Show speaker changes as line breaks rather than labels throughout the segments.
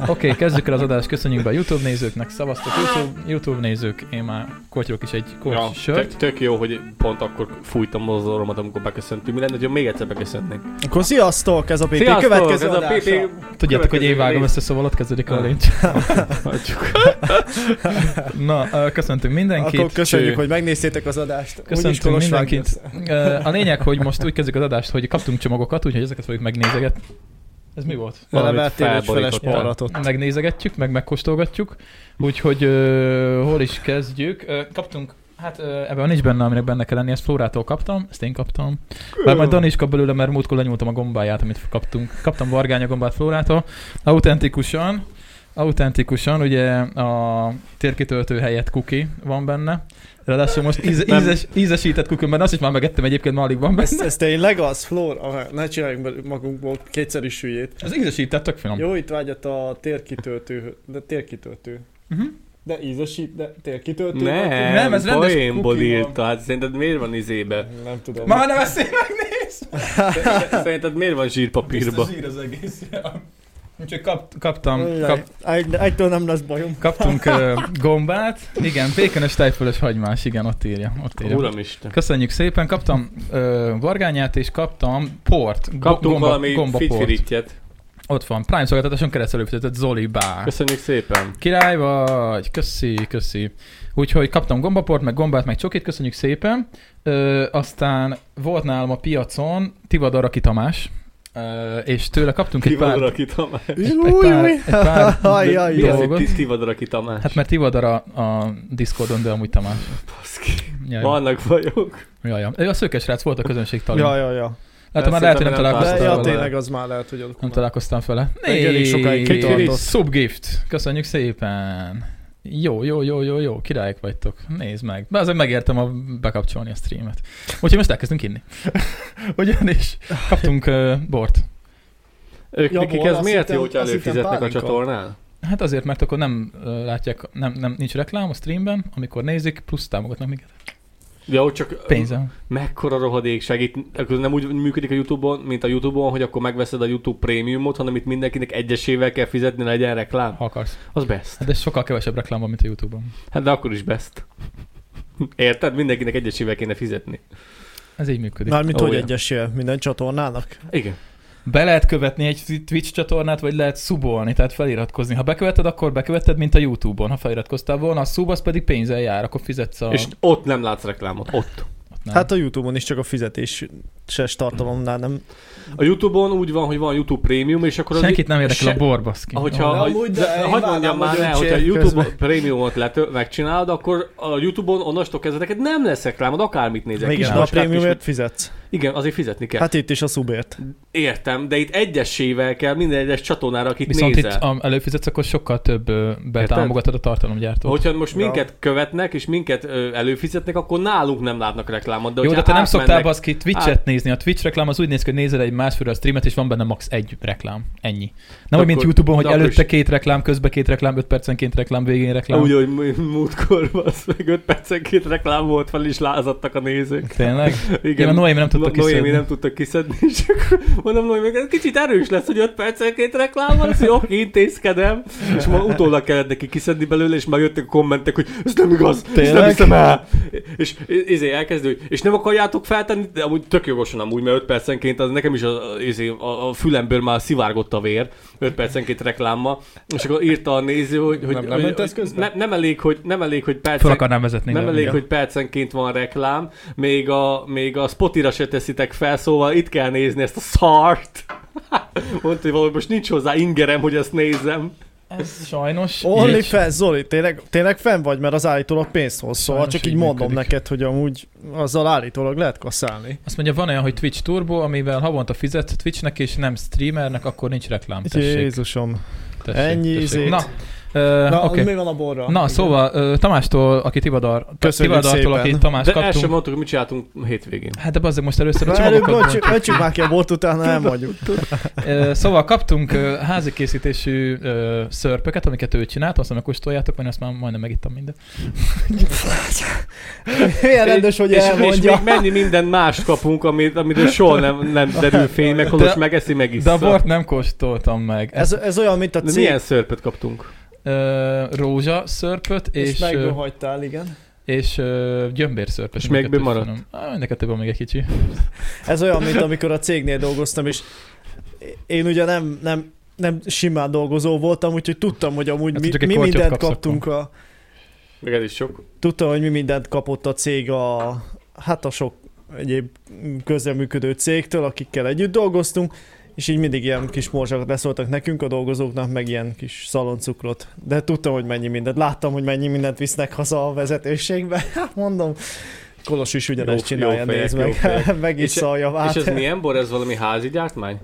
Oké, okay, kezdjük el az adást, köszönjük be a YouTube nézőknek, szavaztok YouTube, YouTube nézők, én már kotyolok is egy kocs ja, sört.
Tök, tök, jó, hogy pont akkor fújtam az orromat, amikor beköszöntünk. Mi lenne, hogy még egyszer beköszöntnénk?
Akkor sziasztok, ez a PP sziasztok, következő ez a PP
Tudjátok, hogy én vágom össze, szóval ott kezdődik a lincs. Na, köszöntünk mindenkit.
Akkor köszönjük, Cső. hogy megnéztétek az adást.
Köszöntünk mindenkit. A lényeg, hogy most úgy kezdjük az adást, hogy kaptunk csomagokat, úgyhogy ezeket fogjuk megnézegetni. Ez mi volt?
Elevettél egy feles
paratot. Megnézegetjük, meg megkóstolgatjuk. Úgyhogy uh, hol is kezdjük? Uh, kaptunk, hát uh, ebben nincs benne, aminek benne kell lenni, ezt Flórától kaptam, ezt én kaptam. Bár majd Dani is kap belőle, mert múltkor lenyúltam a gombáját, amit kaptunk. Kaptam vargánya gombát Flórától. Autentikusan, autentikusan, ugye a térkitöltő helyett kuki van benne. Ráadásul most íz, ízes, ízesített kuki, mert azt is már megettem egyébként, ma alig van benne.
Ez, ez tényleg az, Flóra? Ne csináljunk magunkból kétszer is hülyét.
Ez ízesített, tök finom.
Jó, itt vágyat a térkitöltő, de térkitöltő.
Mhm.
Uh-huh. De ízesít, de térkitöltő.
Nem, nem, nem ez rendes poénból írta, hát szerinted miért van izébe?
Nem tudom.
Már nem ezt én megnéz!
Szerinted miért van zsírpapírba?
Biztos zsír az egész. Úgyhogy kap, kaptam... Kap,
Egytől nem lesz bajom.
Kaptunk uh, gombát. Igen, pékönös tejfölös hagymás. Igen, ott írja. Ott írja.
Uramisten.
Köszönjük szépen. Kaptam uh, vargányát és kaptam port. Go-
Kaptunk gomba, valami gomba port.
Ott van. Prime szolgáltatáson keresztül előfizetett Zoli Bá.
Köszönjük szépen.
Király vagy. Köszi, köszi. Úgyhogy kaptam gombaport, meg gombát, meg csokit. Köszönjük szépen. Ö, aztán volt nálam a piacon Tivadaraki Tamás, Uh, és tőle kaptunk
Tivadaraki
egy pár...
Tivadaraki
Tamás. Egy pár, egy pár
Ajaj, mi az, hogy Tivadaraki Tamás?
Hát mert Tivadara a Discordon, de amúgy Tamás.
Baszki. Jaj, Vannak bajok.
Jaj, jaj. Ő a szőke srác volt a közönség tagja.
Jaj, jaj, jaj.
Hát már lehet, hogy nem találkoztam
vele. Ja, tényleg az már lehet, hogy
Nem már. találkoztam vele.
Még elég sokáig kitartott.
Subgift. Köszönjük szépen. Jó, jó, jó, jó, jó, királyok vagytok. Nézd meg. Be azért megértem a bekapcsolni a streamet. Úgyhogy most elkezdünk inni. Ugyanis kaptunk uh, bort.
Ők, ja, nekik ez miért jó, hogyha előfizetnek a csatornán?
Hát azért, mert akkor nem uh, látják, nem, nem, nincs reklám a streamben, amikor nézik, plusz támogatnak minket.
Ja, hogy csak
Pénzem.
mekkora rohadék segít, nem úgy működik a Youtube-on, mint a Youtube-on, hogy akkor megveszed a Youtube prémiumot, hanem itt mindenkinek egyesével kell fizetni, legyen reklám.
Ha akarsz.
Az best.
Hát de sokkal kevesebb reklám van, mint a Youtube-on.
Hát de akkor is best. Érted? Mindenkinek egyesével kéne fizetni.
Ez így működik.
Mármint, oh, hogy egyesével minden csatornának.
Igen.
Be lehet követni egy Twitch csatornát, vagy lehet szubolni, tehát feliratkozni. Ha beköveted, akkor beköveted, mint a YouTube-on. Ha feliratkoztál volna, a szub az pedig pénzzel jár, akkor fizetsz a...
És ott nem látsz reklámot, ott. ott
nem. Hát a YouTube-on is csak a fizetés ses tartalomnál nem.
A YouTube-on úgy van, hogy van YouTube Premium, és akkor...
Senkit nem érdekel se... a borbaszki.
Hogyha, ha, amúgy, de, de hagyd mondjam már el, hogyha a YouTube közben. Premiumot letö- megcsinálod, akkor a YouTube-on onnastól kezdve neked nem lesz reklámod, akármit nézek.
Mégis a Premiumért fizetsz.
Igen, azért fizetni kell.
Hát itt is a szubért.
Értem, de itt egyesével kell minden egyes csatornára, akit
Viszont
nézel.
itt a, előfizetsz, akkor sokkal több betámogatod a tartalomgyártót.
Hogyha most minket ja. követnek, és minket előfizetnek, akkor nálunk nem látnak reklámot. De
Jó, de te nem szoktál baszki Twitch-et át... nézni. A Twitch reklám az úgy néz ki, hogy nézel egy másfél a streamet, és van benne max egy reklám. Ennyi. Nem úgy, mint YouTube-on, hogy előtte is. két reklám, közben két reklám, öt percenként reklám, végén reklám.
Úgy, hogy múltkor az meg öt percenként reklám volt, fel is lázadtak a nézők.
Tényleg? Igen, Igen a Noémi nem tudta kiszedni.
Noémi nem tudta kiszedni, és akkor mondom, Noémi, ez kicsit erős lesz, hogy öt percenként reklám van, jó, intézkedem. És ma utólag kellett neki kiszedni belőle, és megjöttek a kommentek, hogy ez nem igaz, Tényleg? ezt nem hiszem el. És izé elkezdő, és nem akarjátok feltenni, de amúgy tök jogosan amúgy, mert 5 percenként az nekem is a, izé, a, a fülemből már szivárgott a vér, 5 percenként reklámmal, és akkor írta a néző, hogy, hogy,
nem,
nem,
hogy, hogy
ne, nem, elég, hogy nem elég, hogy percen,
vezetni,
nem elég, hogy percenként van reklám, még a, még a spotira se teszitek fel, szóval itt kell nézni ezt a szart. Mondta, hogy valami most nincs hozzá ingerem, hogy ezt nézzem.
Ez sajnos.
Only fel, Zoli, tényleg, tényleg fenn vagy, mert az állítólag pénzt hoz, szóval sajnos csak így, így mondom működik. neked, hogy amúgy azzal állítólag lehet kaszálni.
Azt mondja, van olyan, hogy Twitch Turbo, amivel havonta fizet Twitchnek és nem streamernek, akkor nincs reklám. Tessék.
Jézusom. Tessék, Ennyi tessék.
Na, Ö,
Na,
oké.
okay. mi van a borral?
Na,
Igen.
szóval ö, Tamástól, aki Tivadar,
Köszönjük
Tivadartól, aki
szépen.
Tamás
De
kaptunk.
el sem mondtuk, hogy mit csináltunk hétvégén.
Hát de bazzeg most először a
Na, előbb
csomagokat
ötsük, ötsük már ki a bort, utána elmondjuk.
Ö, Szóval kaptunk ö, házi készítésű ö, szörpöket, amiket ő csinált, azt mondom, kóstoljátok, mert azt már majdnem megittam minden.
Milyen rendes, hogy
és, és még
elmondja.
mennyi minden mást kapunk, amit, amiről soha nem, nem derül fény, meg holott
De-
megeszi, meg is.
De a bort nem kóstoltam meg.
Ez, ez olyan, mint a
De
cég.
milyen szörpet kaptunk?
Ö, rózsa szörpöt és,
És
és, ö,
meghagytál, igen.
és ö, gyömbér szörpöt.
És még
mind a kettő
maradt?
finom. Á, Mind a kettőből még egy kicsi.
Ez olyan, mint amikor a cégnél dolgoztam, és én ugye nem, nem, nem simán dolgozó voltam, úgyhogy tudtam, hogy amúgy
Hát,
mi,
csak egy
mi
kortyot
mindent
kapsz
kaptunk a...
Meg ez is sok.
Tudtam, hogy mi mindent kapott a cég a... Hát a sok egyéb közreműködő cégtől, akikkel együtt dolgoztunk, és így mindig ilyen kis morzsakat leszóltak nekünk, a dolgozóknak, meg ilyen kis szaloncukrot. De tudtam, hogy mennyi mindent. Láttam, hogy mennyi mindent visznek haza a vezetőségbe. Hát Mondom, Kolos is ugyanezt
Jó- jó
csinálja,
fejek,
nézd
jó
meg.
fejek.
meg is
És-
szalja
És ez
át.
milyen bor? Ez valami házi gyártmány?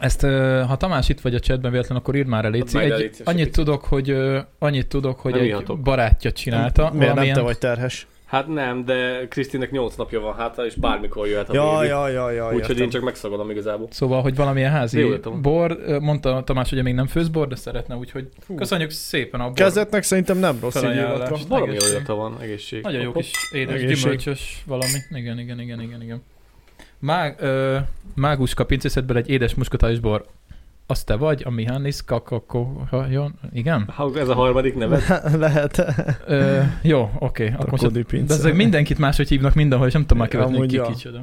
Ezt, ö, ha Tamás itt vagy a chatben véletlenül, akkor írd már el, Léci.
Hát Majd
Egy,
elítél,
annyit
segíts.
tudok, hogy, ö, annyit tudok, hogy
Nem
egy
ihatok.
barátja csinálta.
Miért nem
valamilyen-
te vagy terhes?
Hát nem, de Krisztinek 8 napja van hátra, és bármikor jöhet Hát a
Ja,
baby.
ja, ja, ja,
Úgyhogy
értem.
én csak megszagadom igazából.
Szóval, hogy valamilyen házi
Jó, Tom.
bor. Ö, Mondta Tamás, hogy még nem főz bor, de szeretne, úgyhogy
Hú.
köszönjük szépen a bor.
Kezdetnek szerintem nem rossz így
Felajánlás.
illatra.
Valami
Egészség.
olyata van, egészség.
Nagyon jó
Hopp,
kis édes,
Egészség.
gyümölcsös valami. Igen, igen, igen, igen, igen. Mág, ö, máguska pincészetből egy édes muskotális bor. Az te vagy, a Mihánis Kakakó... ha- jó, Igen?
hopp. Ha ez a harmadik neve.
Le- Lehet.
Ö, jó, oké. Okay,
A
akkor most,
Kodi
de ezek mindenkit máshogy hívnak mindenhol, és nem tudom már követni, hogy
Amúgy
ki
ja.
kicsoda.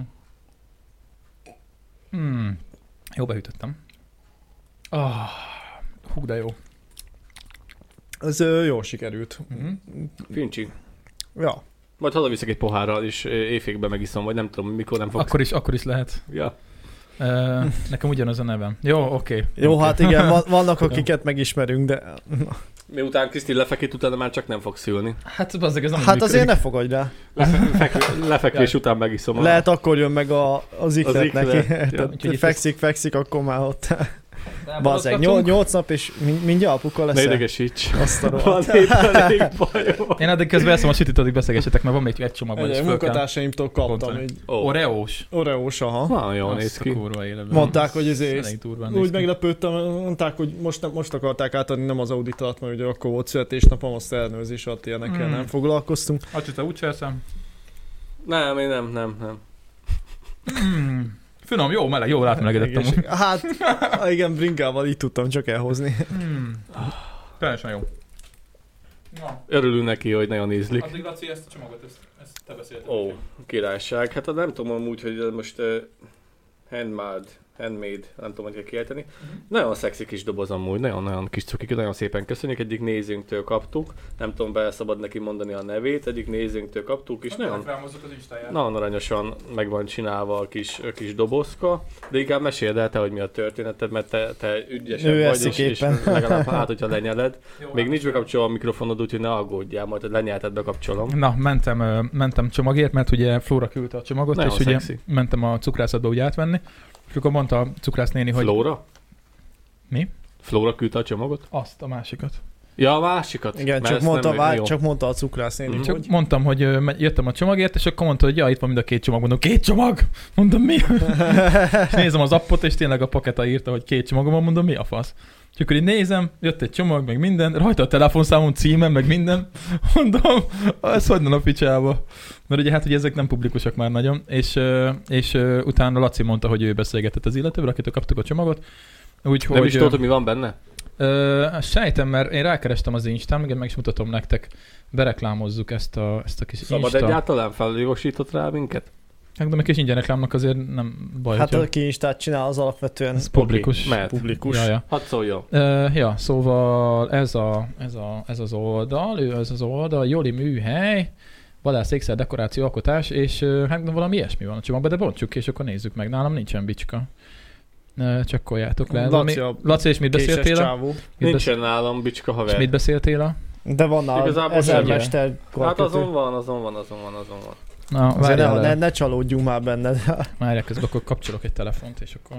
Hmm. Jó, beütöttem. Ah, hú, de jó.
Ez ö, jól sikerült.
Mhm.
Fincsi.
Ja.
Majd hazaviszek egy pohárral, és ö, éjfékben megiszom, vagy nem tudom, mikor nem fog.
Akkor is, akkor is lehet.
Ja.
Ö, nekem ugyanaz a nevem. Jó, oké. Okay.
Jó, hát igen, van- vannak akiket megismerünk, de
Miután Krisztin lefekít, utána már csak nem fog szülni.
Hát bazzeg, ez nem
hát
működik.
azért ne fogadj rá.
Lefe- fekvő- Lefekvés után megiszom. a-
Lehet akkor jön meg a, az iklet
iklet,
neki.
ja.
Érted?
Úgyhogy itt Hát
fekszik, fekszik, akkor már ott. Bazeg,
Elboldogtatunk.
8 nap és min- mindjárt apuka
Ne
leszel.
idegesíts.
Azt a
Van
rohadt.
éppen elég bajom.
Én addig közben eszem a sütit, addig beszélgessetek, mert van még egy csomag, majd is
Ugye,
föl kell.
Munkatársaimtól
Pont
kaptam egy
Ó,
Oreós.
oreós, aha.
Nagyon jól
Azt
néz
a
ki.
Kurva életben.
Mondták, hogy ez
Elég
ész.
durván néz
Úgy
ki.
meglepődtem, mondták, hogy most, nem, most akarták átadni, nem az auditát, mert ugye akkor volt születésnapom, azt ellenőrzés alatt ilyenekkel
Mm.
nem foglalkoztunk.
Atya, te úgy cserszem.
Nem, én nem, nem, nem.
Mm. Finom, jó, meleg, jól átmelegedettem.
Egészség- Hát, igen, bringával így tudtam csak elhozni.
Mm. Teljesen jó. Na,
Örülünk neki, hogy nagyon ízlik.
addig Laci, ezt a csomagot, ezt, ezt te beszélted.
Ó, királyság. Hát nem tudom amúgy, hogy ez most uh, handmade, handmade, nem tudom, hogy kell kiejteni. Nagyon szexi kis doboz amúgy, nagyon-nagyon kis cukik, nagyon szépen köszönjük. Egyik nézőnktől kaptuk, nem tudom, be szabad neki mondani a nevét, egyik nézőnktől kaptuk,
Hát
és nagyon,
Rámozzuk az Instáját.
nagyon aranyosan meg van csinálva a kis, a kis dobozka, de inkább meséld el te, hogy mi a történeted, mert te, te ügyesebb
Ő
vagy,
eszik
és, és
éppen.
legalább hát, hogyha lenyeled.
Jó, hát-
Még nincs bekapcsolva a mikrofonod, úgyhogy ne aggódjál, majd hogy lenyelted, bekapcsolom.
Na, mentem, ö, mentem csomagért, mert ugye Flóra küldte a csomagot,
Nagyon
és ugye
szexi.
mentem a cukrászatba úgy átvenni, és akkor mondta a cukrásznéni, hogy
Flóra?
Mi?
Flóra küldte a csomagot?
azt a másikat.
Ja, a másikat.
Igen,
Mert
csak
ezt
mondta,
nem-
vár,
jó.
csak mondta a cukrász néni,
Mhm.
mm.
Csak
hogy
mondtam, hogy ö, me- jöttem a csomagért, és akkor mondta, hogy ja, itt van mind a két csomag. Mondom, két csomag? Mondom, mi? és nézem az appot, és tényleg a paketa írta, hogy két csomagom van, mondom, mi a fasz? És akkor így nézem, jött egy csomag, meg minden, rajta a telefonszámom, címem, meg minden. Mondom, ez hogyan a picsába? Mert ugye hát, hogy ezek nem publikusak már nagyon, és, ö, és ö, utána Laci mondta, hogy ő beszélgetett az illetővel, akitől kaptuk a csomagot. Úgyhogy,
Nem is
ö,
tudod, hogy mi van benne?
Ö, sejtem, mert én rákerestem az Instán, igen, meg is mutatom nektek. Bereklámozzuk ezt a, ezt a kis
Szabad
Insta.
egyáltalán feljogosított rá minket?
Hát, de meg kis ingyen reklámnak azért nem baj,
hát
hogyha-
aki instát csinál, az alapvetően
ez publikus.
Oké, mehet.
publikus.
Ja, ja.
Hadd szóljon.
Ö, ja, szóval ez, a, ez, a, ez az oldal, ő ez az oldal, Joli műhely, vadász ékszer, dekoráció, alkotás, és ö, hát valami ilyesmi van a csomagban, de bontsuk ki, és akkor nézzük meg. Nálam nincsen bicska. Ö, Csak koljátok le.
Laci
Valami-
a
Laci, és mit
Késes
beszéltél? a-
csávó.
Mit besz-
Nincsen nálam bicska
és mit
haver.
beszéltél? a-
De van a
Igazából
ezer
semmi.
mester
Hát azon
korkötő.
van, azon van, azon van, azon van.
Na,
Azért
várjál
ne,
le.
ne, ne csalódjunk már benned.
Várjál, közben akkor kapcsolok egy telefont, és akkor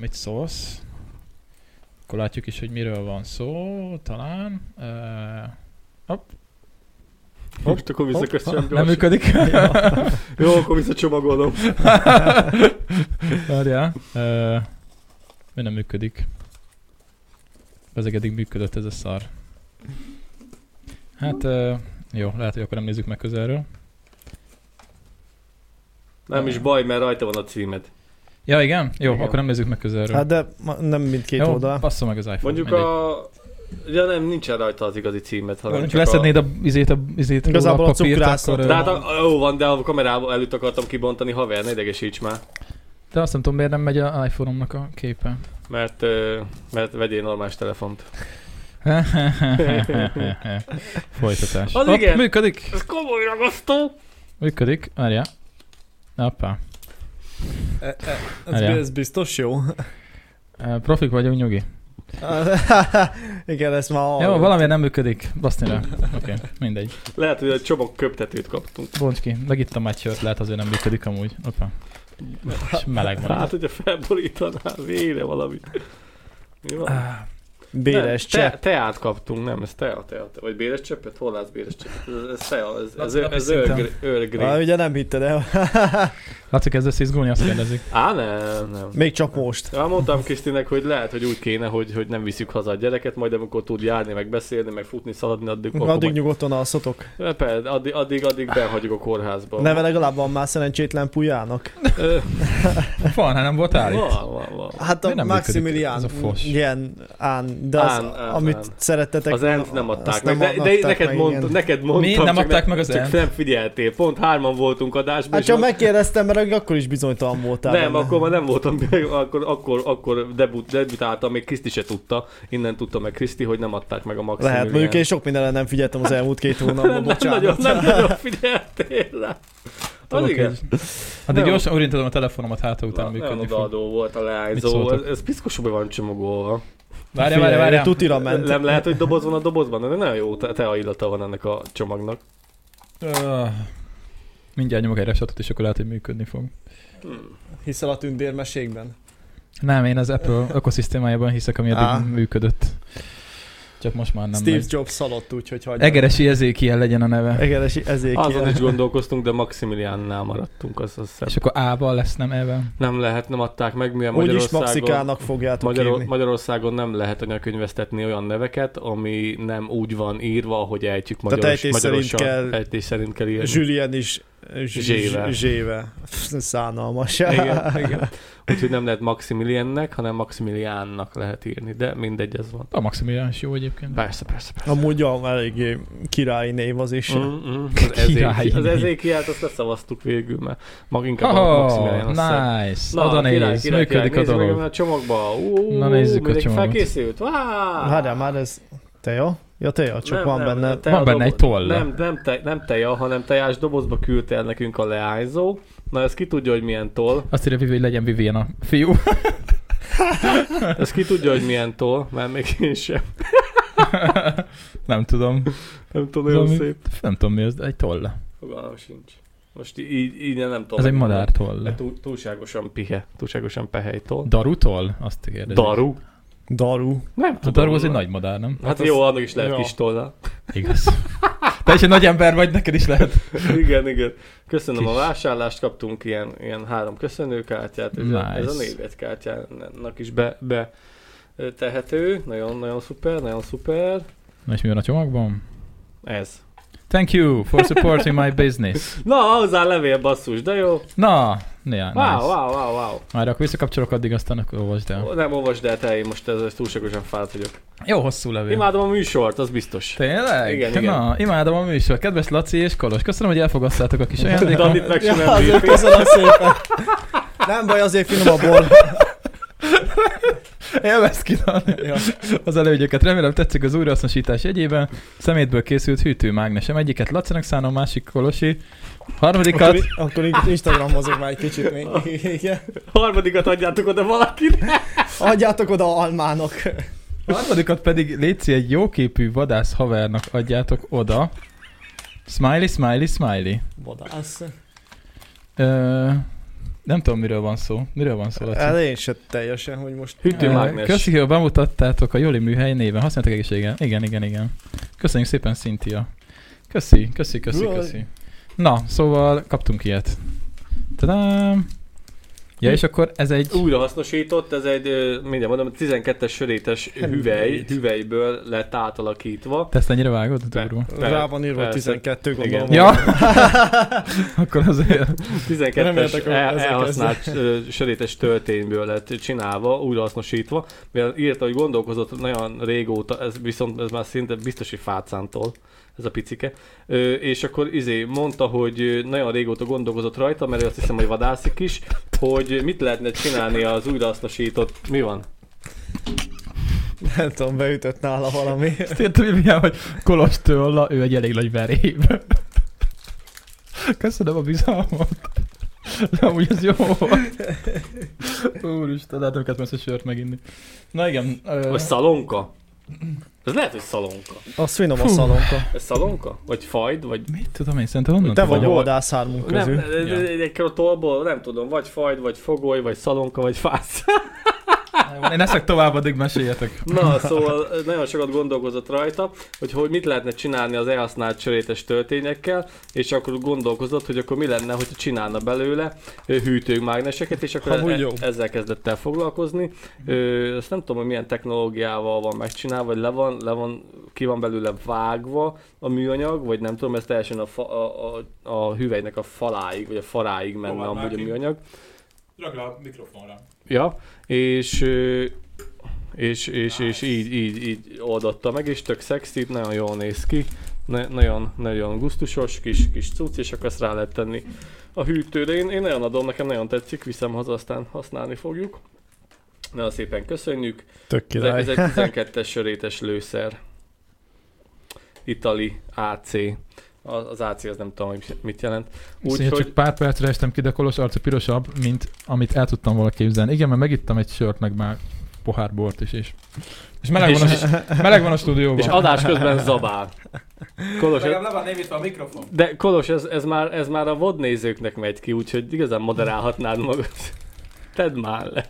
mit szólsz? akkor látjuk is, hogy miről van szó, talán. Uh,
Most akkor visszaköszönöm
nem
gyorsan.
működik.
Jó, akkor visszacsomagolom.
Várjál. Ö, Mi nem működik? Ezek eddig működött ez a szar. Hát ö, jó, lehet, hogy akkor nem nézzük meg közelről.
Nem is baj, mert rajta van a címed.
Ja igen? Jó,
Igen.
igen. akkor nem nézzük meg közelről.
Hát de ma- nem mindkét
jó,
oldal.
passzol meg az iPhone.
Mondjuk
mindegy.
a... Ja nem, nincsen rajta az igazi címet, hanem
Mondjuk
csak
leszednéd a, izét, a, izét,
Igazából
róla
a cukrászat.
akkor,
De
ö,
hát a, jó van, de a kamerával előtt akartam kibontani, haver, ne idegesíts már.
de azt nem tudom, miért nem megy a iPhone-omnak a képe.
Mert, ö, mert vegyél normális telefont.
Folytatás.
Az
Hopp,
igen.
működik.
Ez komoly ragasztó!
Működik. Várjál. Hoppá.
E- Ez,
Várjál.
ez biztos jó.
Ö, Profik vagyunk, nyugi.
Igen, ez már...
Jó, valami nem működik. Baszni rá. Oké, okay, mindegy.
Lehet, hogy egy csomag köptetőt kaptunk.
Bonts ki. Megitt a matchört, lehet azért nem működik amúgy. Opa. És meleg van.
Hát, hogyha felborítanál, végre valami. Mi van?
Ah,
Béres
Nem,
csepp.
Te, teát kaptunk, nem, ez tea, tea, tea. Vagy béres cseppet? Hol látsz béres cseppet? Ez, ez tea, ez, ez, ez,
Napi
ez
szinten.
őrgré- őrgré.
Ah, ugye nem hitted el.
Látszik, kezdesz izgulni, azt kérdezik.
Á, nem, nem.
Még csak most.
Ja, mondtam Krisztinek, hogy lehet, hogy úgy kéne, hogy, hogy nem viszük haza a gyereket, majd amikor tud járni, meg beszélni, meg futni, szaladni, addig... akkor
Addig
majd-
nyugodtan alszotok.
Ja, persze, addig, addig, addig benhagyjuk a kórházba.
Neve legalább van már szerencsétlen pujának.
Ö,
Van, hát nem volt állít.
Van, van, van.
Miért
Hát a
nem működik ez
Maximilian
a fos?
ilyen án, de az,
Án, án,
amit
án.
szerettetek.
Az Ent nem adták
azt
meg, de,
adták
de én neked,
meg,
mond,
igen.
neked mondtam,
Mi? Nem
csak
adták meg az
Csak
Ent?
nem figyeltél, pont hárman voltunk adásban.
Hát
és
csak
az-
megkérdeztem, mert akkor is bizonytalan voltál.
Nem,
benne.
akkor már nem voltam, meg, akkor, akkor, akkor debut, debutáltam, még Kriszti se tudta. Innen tudta meg Kriszti, hogy nem adták meg a maximum.
Lehet, mondjuk én sok mindenre nem figyeltem az elmúlt két hónapban,
nagyon,
bocsánat.
nem nagyon figyeltél rá. Az
Tudok,
igen.
hogy- Addig
Nem.
gyorsan orintadom a telefonomat, hát ha utána
Na, Nagyon
működni fog.
odaadó volt a
Mit
leányzó.
szóltok?
Ez, ez piszkosúban van csomagolva.
Várjál, várjál, várjál.
Tutira ment.
Nem lehet, hogy doboz van a dobozban, de nagyon jó te- tea illata van ennek a csomagnak.
Öh. Mindjárt nyomok egy resetot, és akkor lehet, hogy működni fog.
Hiszel a tündérmeségben.
Nem, én az Apple ökoszisztémájában hiszek, ami eddig
Á.
működött. Csak most már nem
Steve
megy.
Jobs szaladt úgy, hogy hagyja.
Egeresi ezékien legyen a neve.
Egeresi ezék.
Azon is gondolkoztunk, de Maximiliánnál maradtunk, az, az szebb.
És akkor A-val lesz, nem E-vel.
Nem lehet, nem adták meg, mivel
Úgyis
Magyarországon,
Maxikának fogjátok
Magyar,
írni.
Magyarországon nem lehet anyakönyvesztetni olyan neveket, ami nem úgy van írva, ahogy ejtjük magyaros,
ejtés szerint
magyarosan.
kell-
Ejtés szerint kell írni.
Julien is
Zsével.
Zséve. Szánalmas.
Igen, igen. Úgyhogy nem lehet Maximiliennek, hanem Maximiliánnak lehet írni, de mindegy, ez van.
A Maximilian is jó egyébként.
Persze, persze, persze.
Amúgy ja, eléggé királyi név az is.
Mm, mm, az
Királyi
ezéki- az
név.
ezékiát azt leszavaztuk végül, mert mag inkább a Maximilian
Oh,
azt szeret.
nice. Oda néz, működik a
nézzük meg,
dolog.
mert a csomagba. Ú,
Na, nézzük a csomagot.
mindenki
Hát,
Felkészült.
Várjál már ez... Te jó? Ja te jó, csak
Nem,
van
nem,
benne.
te
van
a
benne egy toll.
Nem, nem, te, nem teja, hanem tejás dobozba küldte el nekünk a leányzó. Na ez ki tudja, hogy milyen toll.
Azt írja Vivi, hogy legyen Vivian a fiú.
Ez ki tudja, hogy milyen toll, mert még én sem.
nem tudom.
Nem tudom, nagyon
Valami-
szép.
Nem tudom mi az, de egy tolla.
Fogalmam sincs. Most í- így, így nem tudom.
Ez egy madár
De
tolla.
túl, túlságosan pihe, túlságosan pehely toll.
Daru toll? Azt kérdezik.
Daru?
Daru.
Nem
A
tudom.
daru az egy nagy madár, nem?
Hát,
az-
jó, annak is lehet
ja.
kis tolla.
Igaz. Te is egy nagy ember vagy, neked is lehet.
igen, igen. Köszönöm
Kis.
a vásárlást, kaptunk ilyen, ilyen három köszönőkártyát, ez, nice.
Nice.
ez a névjegykártyának is be, be tehető. Nagyon-nagyon szuper, nagyon szuper.
Na és mi van a csomagban?
Ez.
Thank you for supporting my business.
Na, hozzá levél basszus, de jó.
Na, yeah,
Wow,
nice.
wow, wow, wow.
Már akkor visszakapcsolok addig, aztán akkor olvasd el.
Ó, Nem olvasd el te, én most ez túlságosan fáradt vagyok.
Jó hosszú levél.
Imádom a műsort, az biztos.
Tényleg?
Igen,
Na,
igen.
imádom a műsor. Kedves Laci és Kolos, köszönöm, hogy elfogadtátok a kis
Danit
ajándékot.
meg sem
Ja,
ja,
azért köszönöm szépen. Nem baj, azért finomabból.
Élvezd ki Dani.
Ja.
az előnyöket. Remélem tetszik az újrahasznosítás egyében. Szemétből készült hűtőmágnesem. Egyiket Lacinak szánom, másik Kolosi. Harmadikat.
Akkor, akkor in- Instagramozok már egy kicsit még. Igen.
Harmadikat adjátok oda valakinek.
Adjátok oda almának.
Harmadikat pedig Léci egy jóképű vadász havernak adjátok oda. Smiley, smiley, smiley.
Vadász.
Ö, Nem tudom, miről van szó. Miről van szó, Laci?
Hát én se teljesen, hogy most...
Hűtőmágnes.
Köszi, hogy bemutattátok a Joli műhely néven. Használtak egészségen. Igen, igen, igen. Köszönjük szépen, Cynthia. Köszi, köszi, köszi,
Jaj.
köszi. Na, szóval kaptunk ilyet. Tadám! Ja, és akkor ez egy...
Újra hasznosított, ez egy, ö, mindjárt mondom, 12-es sörétes hüvely, hüvelyből lett átalakítva.
Te ezt ennyire vágod?
Be-
Durva.
Rá van írva
persze.
12,
Igen.
gondolom.
Ja! akkor azért...
12-es
Reméltek, hogy
el,
ezek
elhasznált ö, sörétes töltényből lett csinálva, újrahasznosítva, mivel írta, hogy gondolkozott nagyon régóta, ez viszont ez már szinte biztos, hogy fácántól, ez a picike. Ö, és akkor izé mondta, hogy ö, nagyon régóta gondolkozott rajta, mert ő azt hiszem, hogy vadászik is, hogy mit lehetne csinálni az újrahasznosított... Mi van?
Nem tudom, beütött nála valami.
Ezt értem, hogy milyen, hogy Kolostól ő egy elég nagy veréb. Köszönöm a bizalmat. De amúgy ez jó volt. Úristen, de hát nem kellett messze sört meginni. Na igen. Ö,
Vagy szalonka? Ez lehet, hogy szalonka.
Az finom a
Fú.
szalonka.
Ez szalonka? Vagy fajd? Vagy...
mit tudom én, szerintem honnan
Te vagy a
volt.
vadászármunk
Nem,
közül.
ez-
Ja.
ez egy tollból, nem tudom, vagy fajd, vagy fogoly, vagy szalonka, vagy fász.
Én eszek tovább, addig meséljetek.
Na, szóval nagyon sokat gondolkozott rajta, hogy, hogy mit lehetne csinálni az elhasznált sörétes töltényekkel, és akkor gondolkozott, hogy akkor mi lenne, hogy csinálna belőle ö, hűtőmágneseket, és akkor
Amúgy
e-
jó.
ezzel kezdett el foglalkozni. Ö, azt nem tudom, hogy milyen technológiával van megcsinálva, vagy le van, le van, ki van belőle vágva a műanyag, vagy nem tudom, ez teljesen a, fa, a, a, a hüvelynek a faláig, vagy a faráig menne
Tovább
amúgy a
vágni.
műanyag.
Rakd a mikrofonra.
Ja, és, ö, és, és, és így, így, így oldotta meg, és tök szexi, nagyon jól néz ki, ne, nagyon, nagyon gusztusos kis, kis cucc, és akkor ezt rá lehet tenni a hűtőre. Én, én nagyon adom, nekem nagyon tetszik, viszem haza, aztán használni fogjuk. Nagyon szépen köszönjük.
Tök
Ez,
király.
ez egy 12-es sörétes lőszer. Itali AC. A- Az AC az nem tudom, hogy mit jelent.
Úgy, hogy...
Úgyhogy-
csak pár percre estem ki, de Kolos arca pirosabb, mint amit el tudtam volna képzelni. Igen, mert megittam egy sört, meg már pohár bort is, és, és meleg, van
És-
a, meleg van a stúdióban.
És adás közben zabál. Kolos,
le van névítve a mikrofon.
De Kolos, ez, ez, már, ez már a vodnézőknek megy ki, úgyhogy igazán moderálhatnád magad. Tedd már le.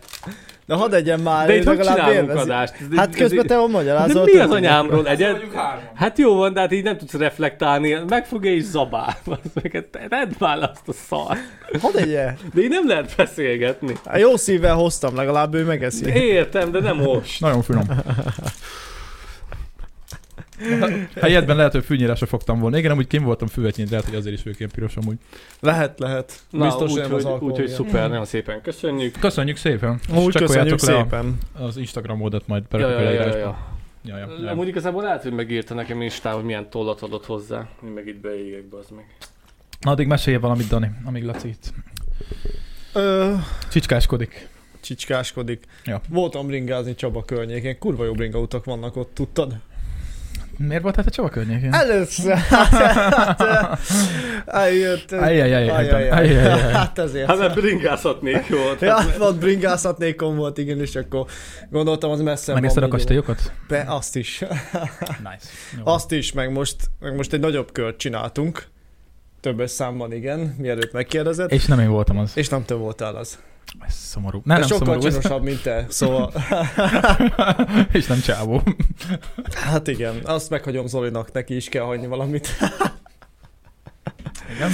Na hadd egyen már,
De
én
itt hogy
legalább
csinálunk
élvezi.
adást? Ez-
Hát
ez-
közben te a
de
magyarázol.
mi az anyámról
Szóval
egyet?
hárman.
Hát jó van, de hát így nem tudsz reflektálni, megfogja és zabál. Bazd meg, hát Tedd már le azt a szar.
Hadd egyen.
De így nem lehet beszélgetni.
Hát Jó szívvel hoztam, legalább ő megeszi.
Értem, de nem most.
Nagyon finom. Ha ilyetben lehet, hogy fűnyírásra fogtam volna. Igen, amúgy kim voltam fűvetjén, de lehet, hogy azért is vagyok ilyen piros amúgy.
Lehet, lehet.
Na,
Biztos nem az
úgyhogy
alkohol.
úgy, szuper, nagyon szépen köszönjük.
Köszönjük szépen. És
Úgy köszönjük
csekkoljátok le a-
szépen.
az Instagramodat majd
Ja,
berakjuk
ja,
a
ja, ja,
leírásba.
ja.
Ja, ja, ja.
Amúgy igazából lehet, hogy megírta nekem Instán, hogy milyen tollat adott hozzá. Én meg itt beégek, bazd meg.
Na, addig mesélj valamit, Dani, amíg Laci itt
Ö,
csicskáskodik.
csicskáskodik.
Ja.
Voltam bringázni Csaba környékén, kurva jó bringautak vannak ott, tudtad?
Miért volt hát a Csaba környékén?
Először, hát, hát, eljött,
Ajjajjaj,
Ajjajjaj.
Adam, ajjajjaj.
hát ezért.
Hát mert bringázhatnék jól.
Ja, ott bringázhatnékom volt, igen, és akkor gondoltam, az messze
Megnézted a
van, mindig-
kastélyokat?
Be, azt is.
Nice. Jó.
hát, Azt is, meg most, meg most egy nagyobb kört csináltunk. Többes számban, igen, mielőtt megkérdezett. És,
És nem én voltam az.
és nem te voltál az.
Ez szomorú. Nem,
Te
nem
sokkal
szomorú. ez-
csinosabb, mint te. Szóval,
és nem csávó.
hát igen, azt meghagyom Zolinak, neki is kell hagyni valamit.
Igen?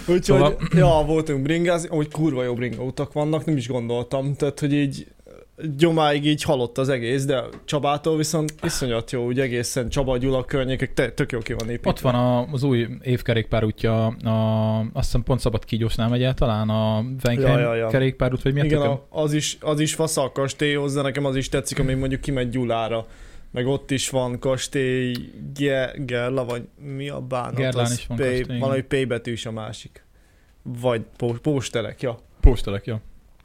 Úgyhogy,
Szóval-
szóval... ja, voltunk bringázni, hogy kurva jó bringautak vannak, nem is gondoltam, tehát, hogy így gyomáig így halott az egész, de Csabától viszont iszonyat jó, úgy egészen Csaba, Gyula környékek, te, tök jó ki van építve.
Ott van a, az új évkerékpár útja, a, azt hiszem pont szabad kígyósnál megy el, talán a Weinheim
Ja, ja, ja.
kerékpár út, vagy mi a
Igen,
tököm?
a, az is, az is fasz a kastélyhoz, de nekem az is tetszik, ami mondjuk kimegy Gyulára. Meg ott is van kastély, Ge, Gerla, vagy mi a bánat?
Gerlán
az
is van
P,
kastély, igen.
Valami P betű is a másik. Vagy pó, pósterek, ja.
Postelek, jó.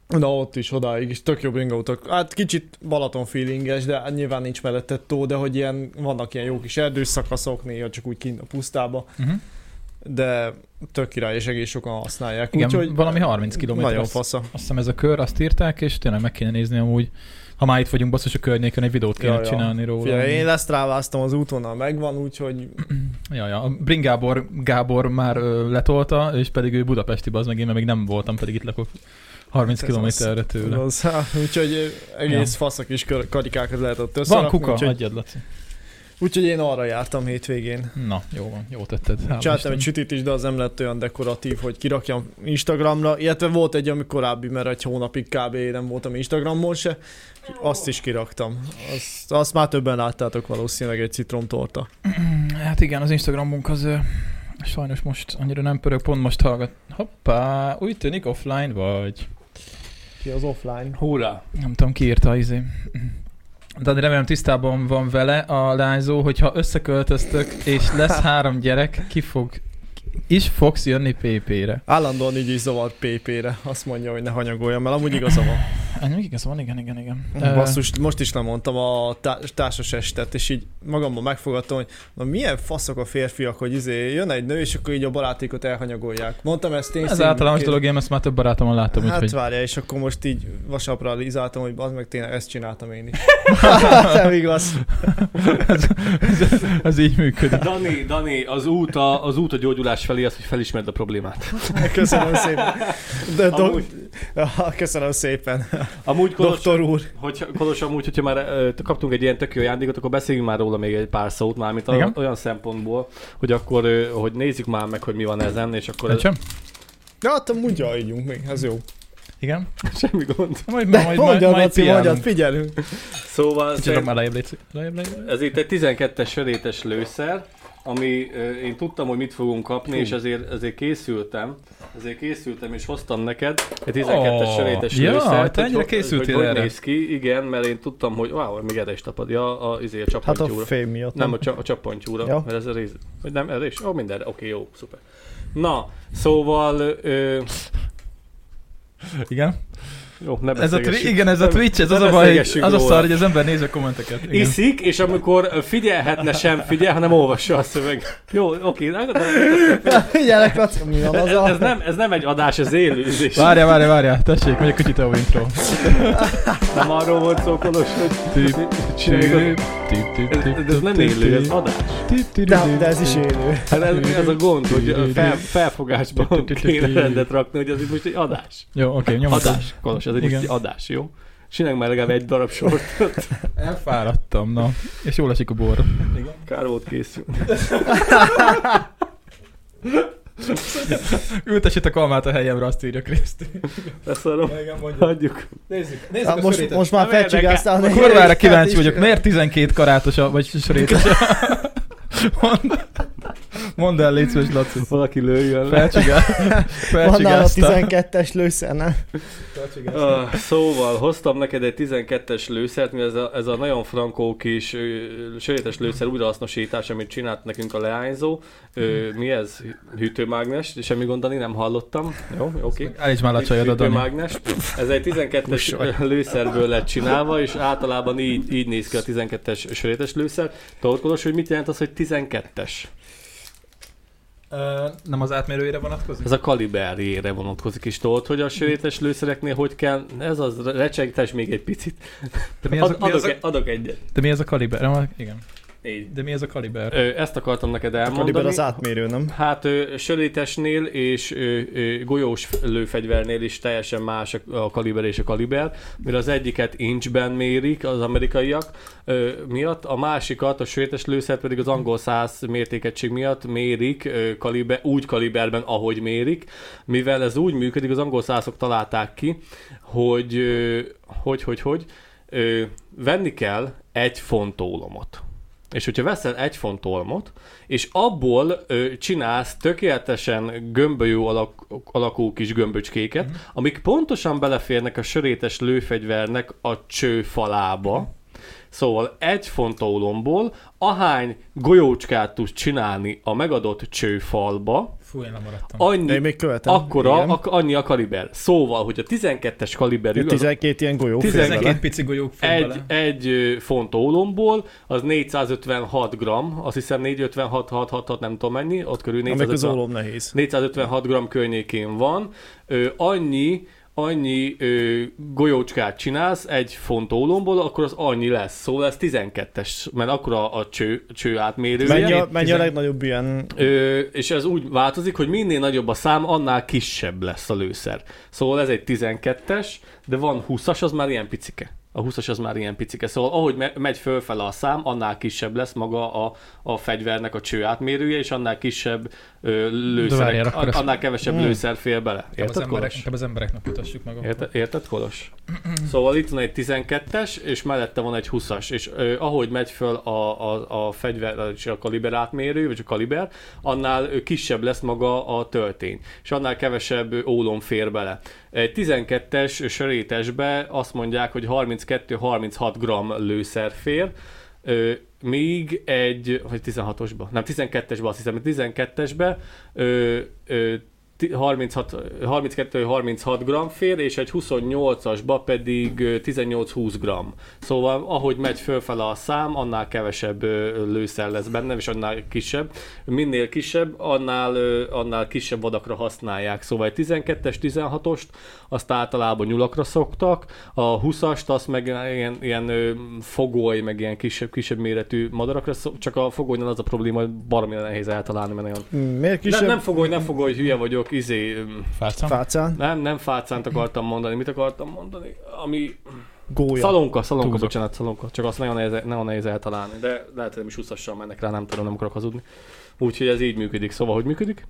Na ott is, odáig is, tök jó bringautak. Hát kicsit Balaton feelinges, de hát nyilván nincs mellette tó, de hogy ilyen, vannak ilyen jó kis erdős szakaszok, néha csak úgy kint a pusztába,
Uh-huh.
de tök király, és egész sokan használják.
Igen, valami 30 kilométer
Nagyon
az.
fasza.
Azt hiszem ez a kör, azt írták, és tényleg meg kéne nézni amúgy. Ha már itt vagyunk basszus a környéken, egy videót kéne
Ja, ja.
csinálni róla.
Figyelj, én ezt ráváztam, az útvonal megvan, úgyhogy
Ja, ja. A Bring Gábor, Gábor már ö, letolta, és pedig ő budapesti az meg én mert még nem voltam, pedig itt lakok 30
Hát ez az-
kilométerre tőle.
Az, há, úgyhogy ö, egész ja. faszak is kör- karikákat lehetett
Van
összerakni.
kuka,
Úgyhogy,
adjad Laci.
úgyhogy én arra jártam hétvégén.
Na, jó van, jó tetted. Hála
Csináltam
Hát Isten.
egy sütit is, de az nem lett olyan dekoratív, hogy kirakjam Instagramra, illetve volt egy, ami korábbi, mert egy hónapig kb. nem voltam Instagramon se, úgyhogy azt is kiraktam. Azt, azt már többen láttátok valószínűleg egy citromtorta.
Hát igen, az Instagramunk az ö, sajnos most annyira nem pörög, pont most hallgat. Hoppá, úgy tűnik offline vagy.
Ki az offline?
Hurrá!
Nem tudom, ki írta izé. Dani, remélem tisztában van vele a lányzó, hogyha összeköltöztök és lesz három gyerek, ki fog, is fogsz jönni PP-re.
Állandóan így is zavar PP-re, azt mondja, hogy ne hanyagoljam el, amúgy igaza van.
Ah, még igaz van, igen, igen, igen. Ö,
Mm, Basszus, most is lemondtam a tá- társas estet, és így magamban megfogadtam, hogy na milyen faszok a férfiak, hogy izé jön egy nő, és akkor így a barátékot elhanyagolják. Mondtam ezt én
Ez
szín-
általános
két-
dolog, én ezt már több barátomon látom,
Hát
úgyhogy...
várja, és akkor most így vasapra lizáltam, hogy az meg tényleg ezt csináltam én is. Hát, nem igaz.
ez, ez, ez, így működik.
Dani, Dani, az út a, az út a gyógyulás felé az, hogy felismerd a problémát.
Köszönöm szépen. De do-
Amúgy,
Ja, Köszönöm szépen,
amúgy Kolos,
doktor úr.
Hogy, Kolos, amúgy, hogyha már ö, kaptunk egy ilyen tök jó ajándékot, akkor beszéljünk már róla még egy pár szót, mármint
Igen.
a, olyan szempontból, hogy akkor, ö, hogy nézzük már meg, hogy mi van ezen, és akkor ez,
Sem?
Ja, hát amúgy jajjunk még, ez jó.
Igen?
semmi gond.
Majd,
De
majd, majd,
mondjad,
majd
Laci, mondjad,
piálunk.
figyelünk.
Szóval
Kicsit már lejjebb légy. Lejjebb, lejjebb.
ez itt egy 12-es sörétes lőszer, ami ö, én tudtam, hogy mit fogunk kapni, és ezért, ezért készültem, ezért készültem, és hoztam neked egy 12-es
Ó,
sörétes
ja,
lőszert.
te
hogy
ennyire
ho-
készültél
hogy, hogy
erre.
néz ki, igen, mert én tudtam, hogy wow, még erre is tapad, ja, a, izé, a
Hát a
csapantyúra.
fém miatt.
Nem, a, csa- a csappantyúra,
Ja.
ja. mert ez a rész. Vagy nem, erre is? Ó, mindenre. Oké, okay, jó, szuper. Na, szóval... Ö,
Igen?
jó, ne
Ez a twi-
beszélgessünk.
igen, ez a
Ne-
Twitch, ez
ne
az a baj, hogy-
beszélgessünk
az a
róla.
szar, hogy az ember nézi a kommenteket. Igen.
Iszik, és amikor figyelhetne, sem figyel, hanem olvassa a szöveg. Jó, oké, okay,
Figyelek, Laci, mi van az
ez,
a...
ez, nem, ez nem egy adás, ez élőzés.
Várja, várja, várja, tessék, megy egy kicsit a intro.
Nem arról volt szó, Kolos, hogy
Tip,
csináljuk.
tip, tip,
Ez,
tip,
ez, ez nem
tip,
élő, ez
tip,
adás.
tip, tip,
De,
tip,
de ez is
tip.
élő.
Hát ez, ez a gond, hogy fel, felfogásban kéne rendet rakni, hogy ez itt most egy adás.
Jó, oké, nyomhatod.
Adás, Kolos, ez egy
Igen.
most egy adás, jó? Csináljunk már legalább egy darab sort.
Elfáradtam, na. És jól esik a bor.
Kár volt készül.
Ültesít a kalmát a helyemre, azt írja Kriszti.
Leszarom.
Igen, mondja.
Hagyjuk.
Nézzük,
Hát most, most már
Nem érdekel.
felcsigáztál. hát
A
nekem.
kurvára kíváncsi vagyok, miért 12 karátos a, vagy sörétes a... Mondd, mondd el, légy szíves, Laci.
Valaki lőjön le.
Felcsigál,
Van nála a
felcsigázta.
12-es lőszer, nem?
Ah, szóval, hoztam neked egy 12-es lőszert, mert ez a, ez a nagyon frankó kis ö, sörétes lőszer újrahasznosítás, amit csinált nekünk a leányzó. Ö, mi ez? Hűtőmágnes? Semmi gondani, nem hallottam. Jó, oké.
Állíts már le a csajod, Dani.
Mágnes. Ez egy 12-es lőszerből lett csinálva, és általában így, így néz ki a 12-es sörétes lőszer. Torkolos, hogy mit jelent az, hogy 12-es?
Ö, nem az átmérőjére vonatkozik?
Mm. Ez a kaliberjére vonatkozik is. Tudod, hogy a sörétes lőszereknél hogy kell? Ez az, recsegtes még egy picit.
De mi az a-
Ad-
mi az
adok,
a-
e- adok egyet.
De mi ez a kaliber? Nem, a- igen.
Így.
De mi ez a kaliber?
Ö, ezt akartam neked
Kaliber
elmondani.
az átmérő, nem?
Hát ö, sörétesnél és ö, ö, golyós lőfegyvernél is teljesen más a, a kaliber és a kaliber, mire az egyiket inchben mérik az amerikaiak ö, miatt, a másikat, a sörétes lőszert pedig az angol száz mértékegység miatt mérik ö, kaliber, úgy kaliberben, ahogy mérik, mivel ez úgy működik, az angol százok találták ki, hogy ö, hogy, hogy, hogy ö, venni kell egy font ólomot. És hogyha veszel egy font olmot, és abból ö, csinálsz tökéletesen gömbölyű alak, alakú kis gömböcskéket,
Mhm.
uh-huh. amik pontosan beleférnek a sörétes lőfegyvernek a cső falába. Uh-huh. Szóval egy font ólomból ahány golyócskát tudsz csinálni a megadott csőfalba,
Fú, én lemaradtam.
Mhm. De
annyi,
én még követem.
akkora,
Igen.
ak, annyi a kaliber. Szóval, hogy a 12-es kaliberű, az
12 ilyen golyó. fér
12
bele.
12 pici golyók fog
egy,
bele.
egy ö, font ólomból, az 456 gram, azt hiszem 456, 666, nem tudom mennyi, ott körül
Amelyik az
456,
ólom nehéz.
456 gram környékén van. Ö, annyi annyi ö, golyócskát csinálsz egy font ólomból, akkor az annyi lesz. Szóval ez 12-es, mert akkor a, a cső, cső átmérője.
Menj a,
Tizen-
menj a legnagyobb ilyen...
Ö, és ez úgy változik, hogy minél nagyobb a szám, annál kisebb lesz a lőszer. Szóval ez egy 12-es, de van 20-as, az már ilyen picike. A 20-as az már ilyen picike. Szóval ahogy me- megy fölfele a szám, annál kisebb lesz maga a, a fegyvernek a cső átmérője, és annál kisebb ö,
várjál,
lőszer,
akkor ezt-
annál kevesebb
Hmm.
lőszer fér bele.
Inkább az,
Érted,
emberek,
Kolos?
inkább az embereknek mutassuk meg. akkor.
Érted, érted Kolos? Szóval itt van egy 12-es, és mellette van egy 20-as, és ö, ahogy megy föl a, a, a fegyver, és a kaliber átmérő, vagy a kaliber, annál ö, kisebb lesz maga a töltény, és annál kevesebb ö, ólom fér bele. Egy 12-es sörétesbe azt mondják, hogy 32-36 g lőszer fér, Ö, míg egy, vagy 16-osba, nem 12-esbe azt hiszem, 12-esbe ö, ö, ti- 36, 32-36 gram fér, és egy 28-asba pedig ö, 18-20 gram. Szóval ahogy megy fölfele a szám, annál kevesebb ö, lőszer lesz benne, és annál kisebb. Minél kisebb, annál, ö, annál kisebb vadakra használják. Szóval egy 12-es, 16-ost azt általában nyulakra szoktak, a 20-ast azt meg ilyen, ilyen ö, fogoly, meg ilyen kisebb, kisebb méretű madarakra, szok, csak a fogolynál az a probléma, hogy baromi nehéz eltalálni, mert nagyon
Miért kisebb?
Kisebb... Nem, nem fogoly, nem fogoly, hülye vagyok, izé, öm,
Fácam?
Fácán?
nem, nem fácánt akartam mondani, mit akartam mondani, ami,
Gólya.
szalonka, szalonka,
Túlzok.
bocsánat, szalonka, csak azt nagyon nehéz, nagyon nehéz eltalálni, de lehet, hogy nem is 20 mennek rá, nem tudom, nem akarok hazudni. Úgyhogy ez így működik, szóval hogy működik?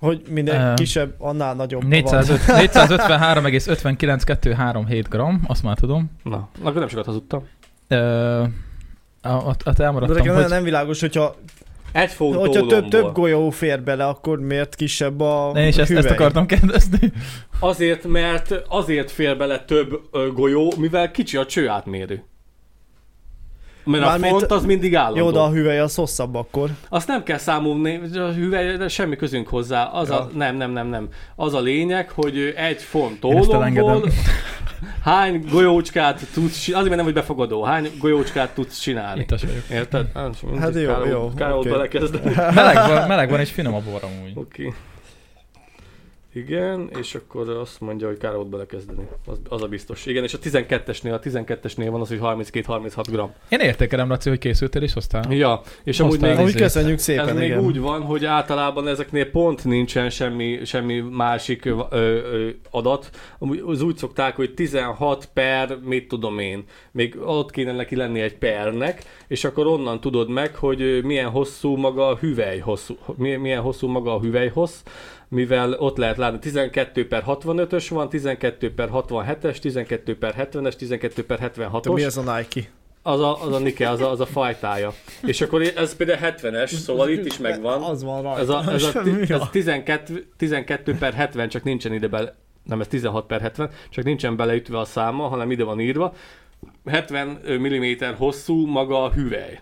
Hogy minden
Ehm,
kisebb, annál nagyobb. van.
405 453,59237 gram, azt már tudom.
Na, akkor nem sokat hazudtam.
Ö, a- ott- ott
De
elmaradtam,
nekem
hogy
hogy... nem világos, hogyha,
Egy font
hogyha több, több
ólomból.
golyó fér bele, akkor miért kisebb a
Én is ezt, ezt
hüvely?
akartam kérdezni.
Azért, mert azért fér bele több ö, golyó, mivel kicsi a cső átmérő. Mert
Mármint-
a font az mindig állandó.
Jó, de a hüvely az hosszabb akkor.
Azt nem kell számolni, a hüvely, de semmi közünk hozzá. Az ja. a,
Ja.
nem, nem, nem, nem. Az a lényeg, hogy ö, egy font
Én ezt
ólomból
elengedem.
hány golyócskát tudsz csinálni, azért mert nem vagy befogadó, hány golyócskát tudsz csinálni.
Itt az vagyok.
Érted? Nem,
Hát jó,
Kár,
jó,
Kár
oké.
okay. belekezdeni.
Meleg van, meleg van, és finom a bor amúgy.
Oké. Okay. Igen, és akkor azt mondja, hogy kár volt belekezdeni. Az, az a biztos. Igen, és a 12-esnél, a 12-esnél van az, hogy 32-36 gram.
Én értékelem, Laci, hogy készültél és hoztál.
Ja, és amúgy
Aztán
még,
Ez
Amúgy
része.
köszönjük szépen,
Ez még
igen.
úgy van, hogy általában ezeknél pont nincsen semmi, semmi másik ö, ö, ö, adat. Amúgy az úgy szokták, hogy 16 per, mit tudom én. Még ott kéne neki lenni egy pernek, és akkor onnan tudod meg, hogy ö, milyen hosszú maga a hüvely hosszú, milyen, milyen hosszú maga a hüvely hossz, mivel ott lehet látni 12 per 65-ös van, 12 per 67-es, 12 per 70-es, 12 per 76-os
De mi az a Nike?
az a, az a Nike, az a, az a fajtája. És akkor ez például 70-es, szóval itt is megvan.
Az van rajta.
Ez a, ez a,
Semmi
ti- ez
a-
12, 12 per 70, csak nincsen ide bele, nem ez 16 per 70, csak nincsen beleütve a száma, hanem ide van írva. 70 mm hosszú maga a hüvely.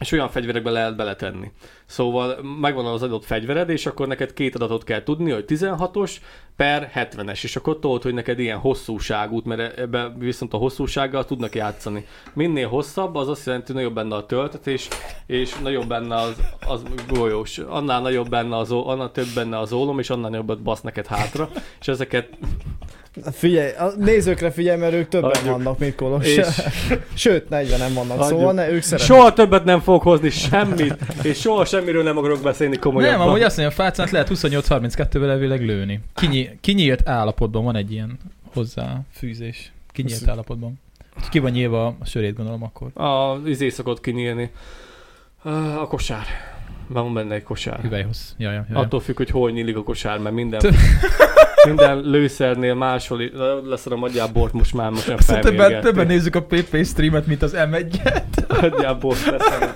És olyan fegyverekbe lehet beletenni. Szóval megvan az adott fegyvered, és akkor neked két adatot kell tudni, hogy 16-os per 70-es, és akkor tudod, hogy neked ilyen hosszúságút, mert ebben viszont a hosszúsággal tudnak játszani. Minél hosszabb, az azt jelenti, hogy nagyobb benne a töltetés, és nagyobb benne az, az golyós, annál nagyobb benne az, ó- annál több benne az ólom, és annál nagyobbat basz neked hátra, és ezeket,
Figyelj, a nézőkre figyelj, mert ők többen
Adjuk.
vannak, mint Kolos.
és
Sőt, 40-en vannak,
Adjuk.
szóval ne, ők szeretnek.
soha többet nem fogok hozni semmit, és soha semmiről nem akarok beszélni komolyan.
Nem, amúgy azt mondja, a fácát lehet 28-32-vel elvileg lőni. Kinyi, kinyílt állapotban van egy ilyen hozzáfűzés. Kinyílt
Ez-
állapotban. Úgyhogy Ki van nyílva a sörét, gondolom akkor.
A izé szokott kinyílni. Ah, A kosár. Már van benne egy kosár.
Hüvelyhoz. Ja, ja, ja, ja.
Attól függ, hogy hol nyílik a kosár, mert minden,
Tö-
minden lőszernél máshol i- leszarom adjál bort, most már most nem
Szóval többen,
felmérgették.
többen nézzük a PP streamet, mint az m 1
Adjál bort, leszarom.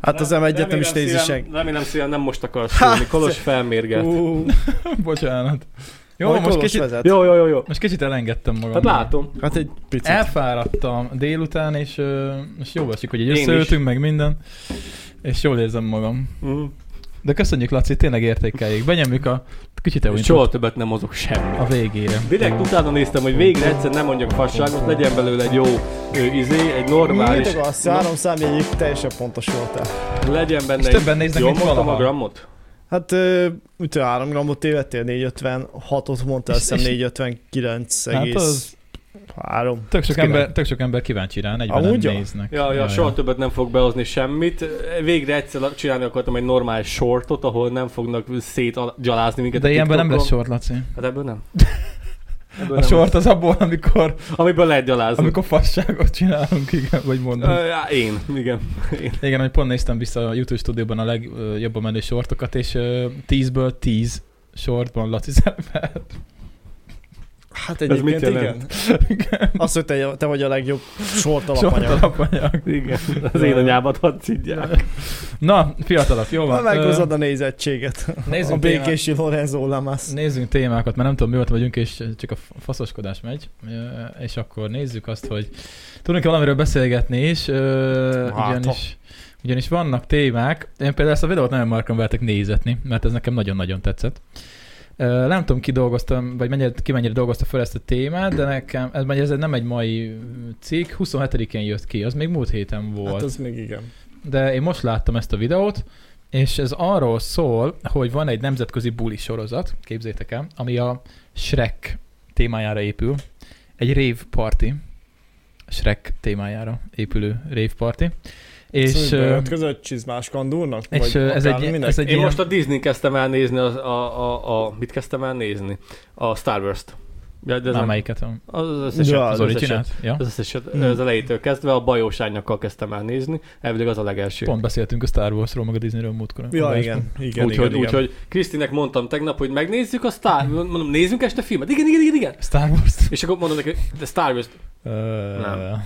Hát az M1-et nem
Remélem
is nézi
szívem-
senki.
Remélem szívem nem most akarsz szólni, Kolos felmérget.
Ú,
Bocsánat. Jó,
majd
most
Kolos
kicsit,
vezet.
Jó, jó, jó, jó.
most kicsit elengedtem magam.
Hát látom.
Hát egy picit.
Elfáradtam délután, és, ö, és jól esik, hogy így
Én is.
összeültünk, meg minden. És jól érzem magam.
Mm.
De köszönjük, Laci, tényleg értékeljék. Benyomjuk a kicsit
És
elújtott
Soha többet nem mozog semmi.
a végére.
Direkt utána néztem, hogy végre egyszer nem mondjak fasságot, legyen belőle egy jó ö, izé, egy normális...
Mit akarsz? Három számjegyig teljesen pontos voltál.
Legyen
És
benne
többen néznek,
Jól
mint
mondtam
valaha.
a grammot?
Hát ö, úgy 3 grammot tévedtél, 456-ot mondtál, azt hiszem 459
Hát
egész
az-
három.
Tök sok,
Ez király.
ember, tök sok ember kíváncsi rá, 40
Amúgy, ja.
néznek.
Ja, ja, soha többet nem fog behozni semmit. Végre egyszer csinálni akartam egy normális sortot, ahol nem fognak szétgyalázni minket.
De
a
ilyenben nem lesz
TikTokon.
sor, Laci.
Hát ebből nem. Ebből
A
nem
sort az abból, amikor,
lesz. Amiből lehet gyalázni.
amikor fasságot csinálunk, igen, vagy mondom.
Ö, á, én, igen. Én.
Igen, hogy pont néztem vissza a YouTube stúdióban a legjobban menő sortokat, és ö, 10-ből 10 sortban Laci szerepelt.
Hát
Ez mit
egyébként
jelent?
igen. Azt, hogy te, te vagy a legjobb sort
Sort
alapanyag.
alapanyag.
Igen, az én anyámat hadd szidják.
Na, fiatalok, jó
Na,
van. Ö,
meghozod a nézettséget.
nézzünk
a
témát.
békési Lorenzo Lamas.
Nézzünk témákat, mert nem tudom, mi volt vagyunk, és csak a faszoskodás megy. Ö, És akkor nézzük azt, hogy tudunk-e valamiről beszélgetni is, ö,
Hát, ha.
ugyanis, ugyanis vannak témák. Én például ezt a videót nagyon markan vertek nézetni, mert ez nekem nagyon-nagyon tetszett. Ö, Nem tudom, ki dolgoztam, vagy mennyire, ki mennyire dolgozta fel ezt a témát, de nekem, ez, vagy ez nem egy mai cikk, 27-én jött ki, az még múlt héten volt.
Hát az még igen.
De én most láttam ezt a videót, és ez arról szól, hogy van egy nemzetközi buli sorozat, képzétek el, ami a Shrek témájára épül. Egy rave party. Shrek témájára épülő rave party. És,
És...
ö,
között Szóval csizmás kandúrnak?
és
vagy
ö, ez
akár
egy,
minek?
ez egy
Én
ilyen,
most a Disney kezdtem el nézni, az, a, a, a, mit kezdtem el nézni? A Star Wars-t. Ja, de ez
nem
nem,
melyiket, a-
az összeset.
Ja,
az
összeset.
originált. Ja.
Az összeset,
Mm.
az elejétől kezdve a bajós ányakkal kezdtem el nézni, elvileg az a legelső.
Pont beszéltünk a Star Warsról, meg a Disneyről múltkor.
Ja,
adásban.
igen, igen,
Úgyhogy
igen, igen.
úgy, Krisztinek mondtam tegnap, hogy megnézzük a Star... Mondom, nézzünk este filmet? Igen, igen, igen, igen.
Star Wars?
És akkor mondom neki, de Star Wars.
Ö,
Nem.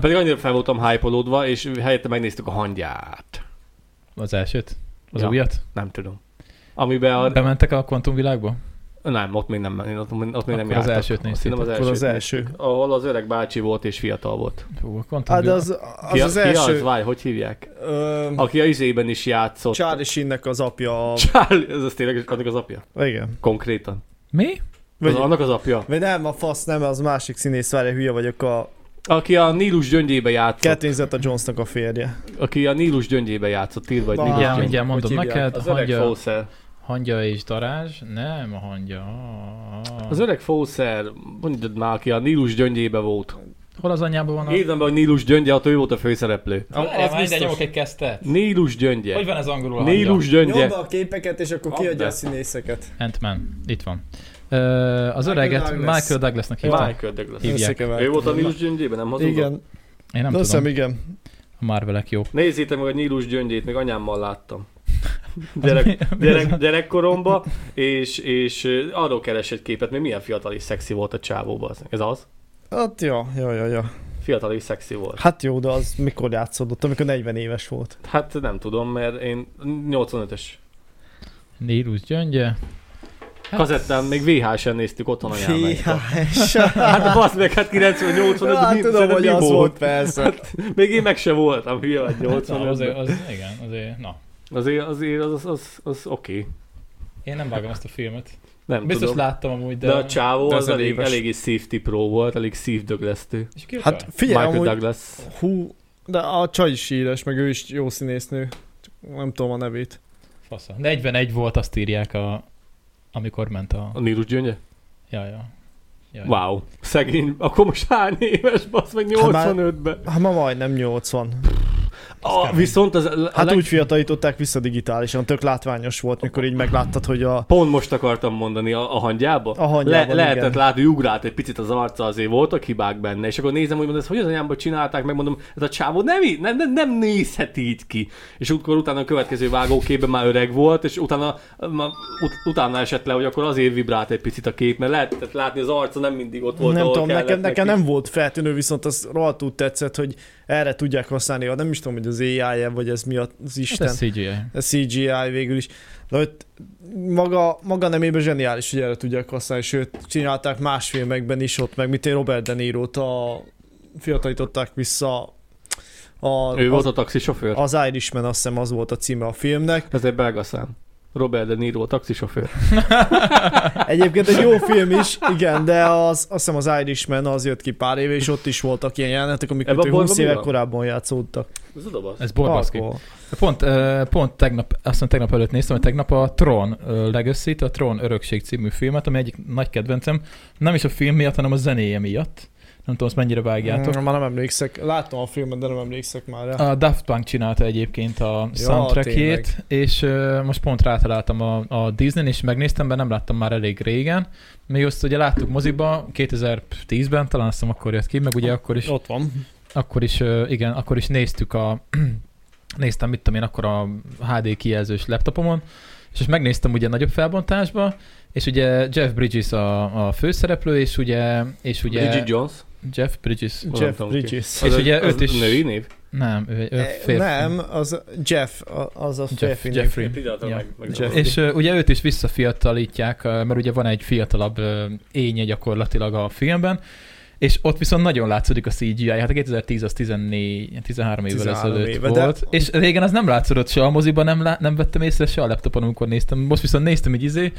Pedig annyira fel voltam hype és helyette megnéztük a hangját.
Az elsőt? Az
Ja.
újat?
Nem tudom. Amiben a...
Bementek a kvantumvilágba?
Nem, ott még nem, ott, ott még nem
Akkor az
jártak.
elsőt
Azt
néztétek.
hiszem, az
Akkor
elsőt
az első.
néztük, Ahol az öreg bácsi volt és fiatal volt.
Fú, a
Hát de
kvantumvilág.
az az,
Ki,
az
ki
első...
az? Várj, hogy hívják?
Ö,
Aki a izében is játszott.
Charlie Sheennek az apja... a-
Charlie, ez az tényleg annak az apja?
Igen.
Konkrétan.
Mi?
Az,
Vagy,
annak az apja?
vagy nem, a fasz nem, az másik színész, várja, hülye vagyok, a
Aki a Nílus gyöngyébe játszott.
Catherine Zeta Jonesnak a férje. aki
Aki a Nílus gyöngyébe játszott, írva egy
Na,
Nílus
igen,
Mindjárt, mindjárt
gyöngy.
mondom
Hogy hívják?
neked.
Az öreg
hangja,
Fawcett.
hangja és darázs. Nem a hangja.
Az öreg Fawcett, mondjad már, aki a Nílus gyöngyébe volt.
Hol az anyában van a...
Írtam be, hogy Nílus gyöngye, attól ő volt a főszereplő.
Az biztos. Nyomok egy kesztet.
Nílus gyöngye.
Hogy van ez angolul a hangja?
Nílus gyöngye.
a képeket, és akkor
Add kiadja be. a
színészeket.
Ant-Man. Itt van. Ö, az
Michael
öreget
Douglas.
Michael Douglasnak hívták.
Michael Douglas.
Hívják.
Ő volt a Nílus gyöngyében, nem hazudok?
Igen,
Én nem
nem azt hiszem,
tudom.
igen.
A Marvelek jók.
Nézzétek meg a Nílus gyöngyét, még anyámmal láttam.
Az
Gyerek,
mi- mi az
gyerek, gyerekkoromba, és, és ö, arról keresett képet, mert milyen fiatal és szexi volt a csávóban. Ez az?
Hát ja, ja, ja, ja.
Fiatal és szexi volt.
Hát jó, de az mikor játszódott, amikor 40 éves volt.
Hát nem tudom, mert én 85-ös.
Nélus gyöngye.
Kazettán még VHS-en néztük otthon anyámmal.
VHS.
Hát basz meg, hát 98 ban
Hát tudom, hogy az volt, persze.
Hát- Még én meg se voltam, hülye vagy
Na,
80
azért,
azért,
az, igen, azért, na.
azért, azért az, az, az, az oké.
Én nem vágom ezt a filmet.
Nem
Biztos
tudom.
láttam amúgy, de...
De, a csávó
de
az,
az
elég,
eléves.
eléggé safety pro volt, elég szívdöglesztő.
És ki hát...
Hát figyelj,
Michael
amúgy,
Douglas.
hú, de a csaj is híres, meg ő is jó színésznő. Csak Nem tudom a nevét.
Fasza. 41 volt, azt írják, a, amikor ment a...
A Nírus gyöngye?
Ja, ja. ja, ja.
Wow. Szegény. Akkor most hány éves, basz meg
Hát már-
85-ben.
Hát ma majdnem 80.
Ah, viszont az a
Hát
leg-
úgy fiatalították vissza digitálisan, tök látványos volt, mikor így megláttad, hogy a...
Pont most akartam mondani a, a hangyába.
A hangyába,
Le, lehetett
igen.
látni, hogy ugrált egy picit az arca, azért voltak hibák benne, és akkor nézem, hogy mondom, ezt hogy az anyámban csinálták, megmondom, ez a csávó nem, í- nem, nem, nem nézhet így ki. És akkor utána a következő vágóképben már öreg volt, és utána, ma- ut- utána esett le, hogy akkor azért vibrált egy picit a kép, mert lehetett látni, az arca nem mindig ott volt,
nem
ahol
tudom,
kellett
nekem, nekem
neki.
nem volt feltűnő, viszont az rohadtul tetszett, hogy erre tudják használni, Hát nem is tudom, hogy az ai -e, vagy ez mi az Isten,
Hát ez CGI.
a CGI végül is. De hogy maga, maga nemében zseniális, hogy erre tudják használni, sőt, csinálták más filmekben is ott, meg mint én Robert De Niro-t a, fiatalították vissza a,
Ő volt
az,
a taxisofőr.
az Irishman, azt hiszem az volt a címe a filmnek,
Ez egy belga szám. Robert De Niro, a taxisofőr.
Egyébként egy jó film is, igen, de az, azt hiszem az Irishman az jött ki pár éve, és ott is voltak ilyen jelenetek,
Ebbe
amikor
a
ő
boltba
20
mi
éve
van?
korábban játszódtak.
Ez a doboz.
Ez borbaszki.
Alkohol.
Pont, ö, pont tegnap, azt mondom, tegnap előtt néztem, hogy tegnap a Tron ö, legacy a Tron Örökség című filmet, ami egyik nagy kedvencem, nem is a film miatt, hanem a zenéje miatt. Nem tudom, azt mennyire vágjátok.
Mm, már nem emlékszek. Láttam a filmet, de nem emlékszek már
Ah.
rá.
A Daft Punk csinálta egyébként a soundtrackjét, és ö, most pont rátaláltam a, a Disney-n, és megnéztem, mert nem láttam már elég régen. Még azt ugye láttuk moziba 2010-ben, talán azt hiszem akkor jött ki, meg ugye akkor is,
Ott van.
akkor is, ö, igen, akkor is néztük a, néztem mit tudom én akkor a HD kijelzős laptopomon, és most megnéztem ugye nagyobb felbontásba, és ugye Jeff Bridges a, a főszereplő, és ugye, és ugye
Bridget Jones.
Jeff Bridges,
Hol nem
Jeff
tudom ki.
Bridges.
És ugye
az
őt is-
női név?
nem, ő, ő
Eh,
férfi.
Nem, az Jeff, a- az a
Jeff,
férfi. név.
Jeffrey.
Pillanatra
Ja.
meg- meg-
Jeff.
És ö, ugye őt is visszafiatalítják, ö, mert ugye van egy fiatalabb ö, énje gyakorlatilag a filmben, és ott viszont nagyon látszódik a CGI, hát a 2010 az 14, 13 évvel
13
ezelőtt
éve, de-
volt, de... és régen az nem látszódott se a moziban, nem, lá- nem vettem észre se a laptopon, amikor néztem, most viszont néztem egy izé,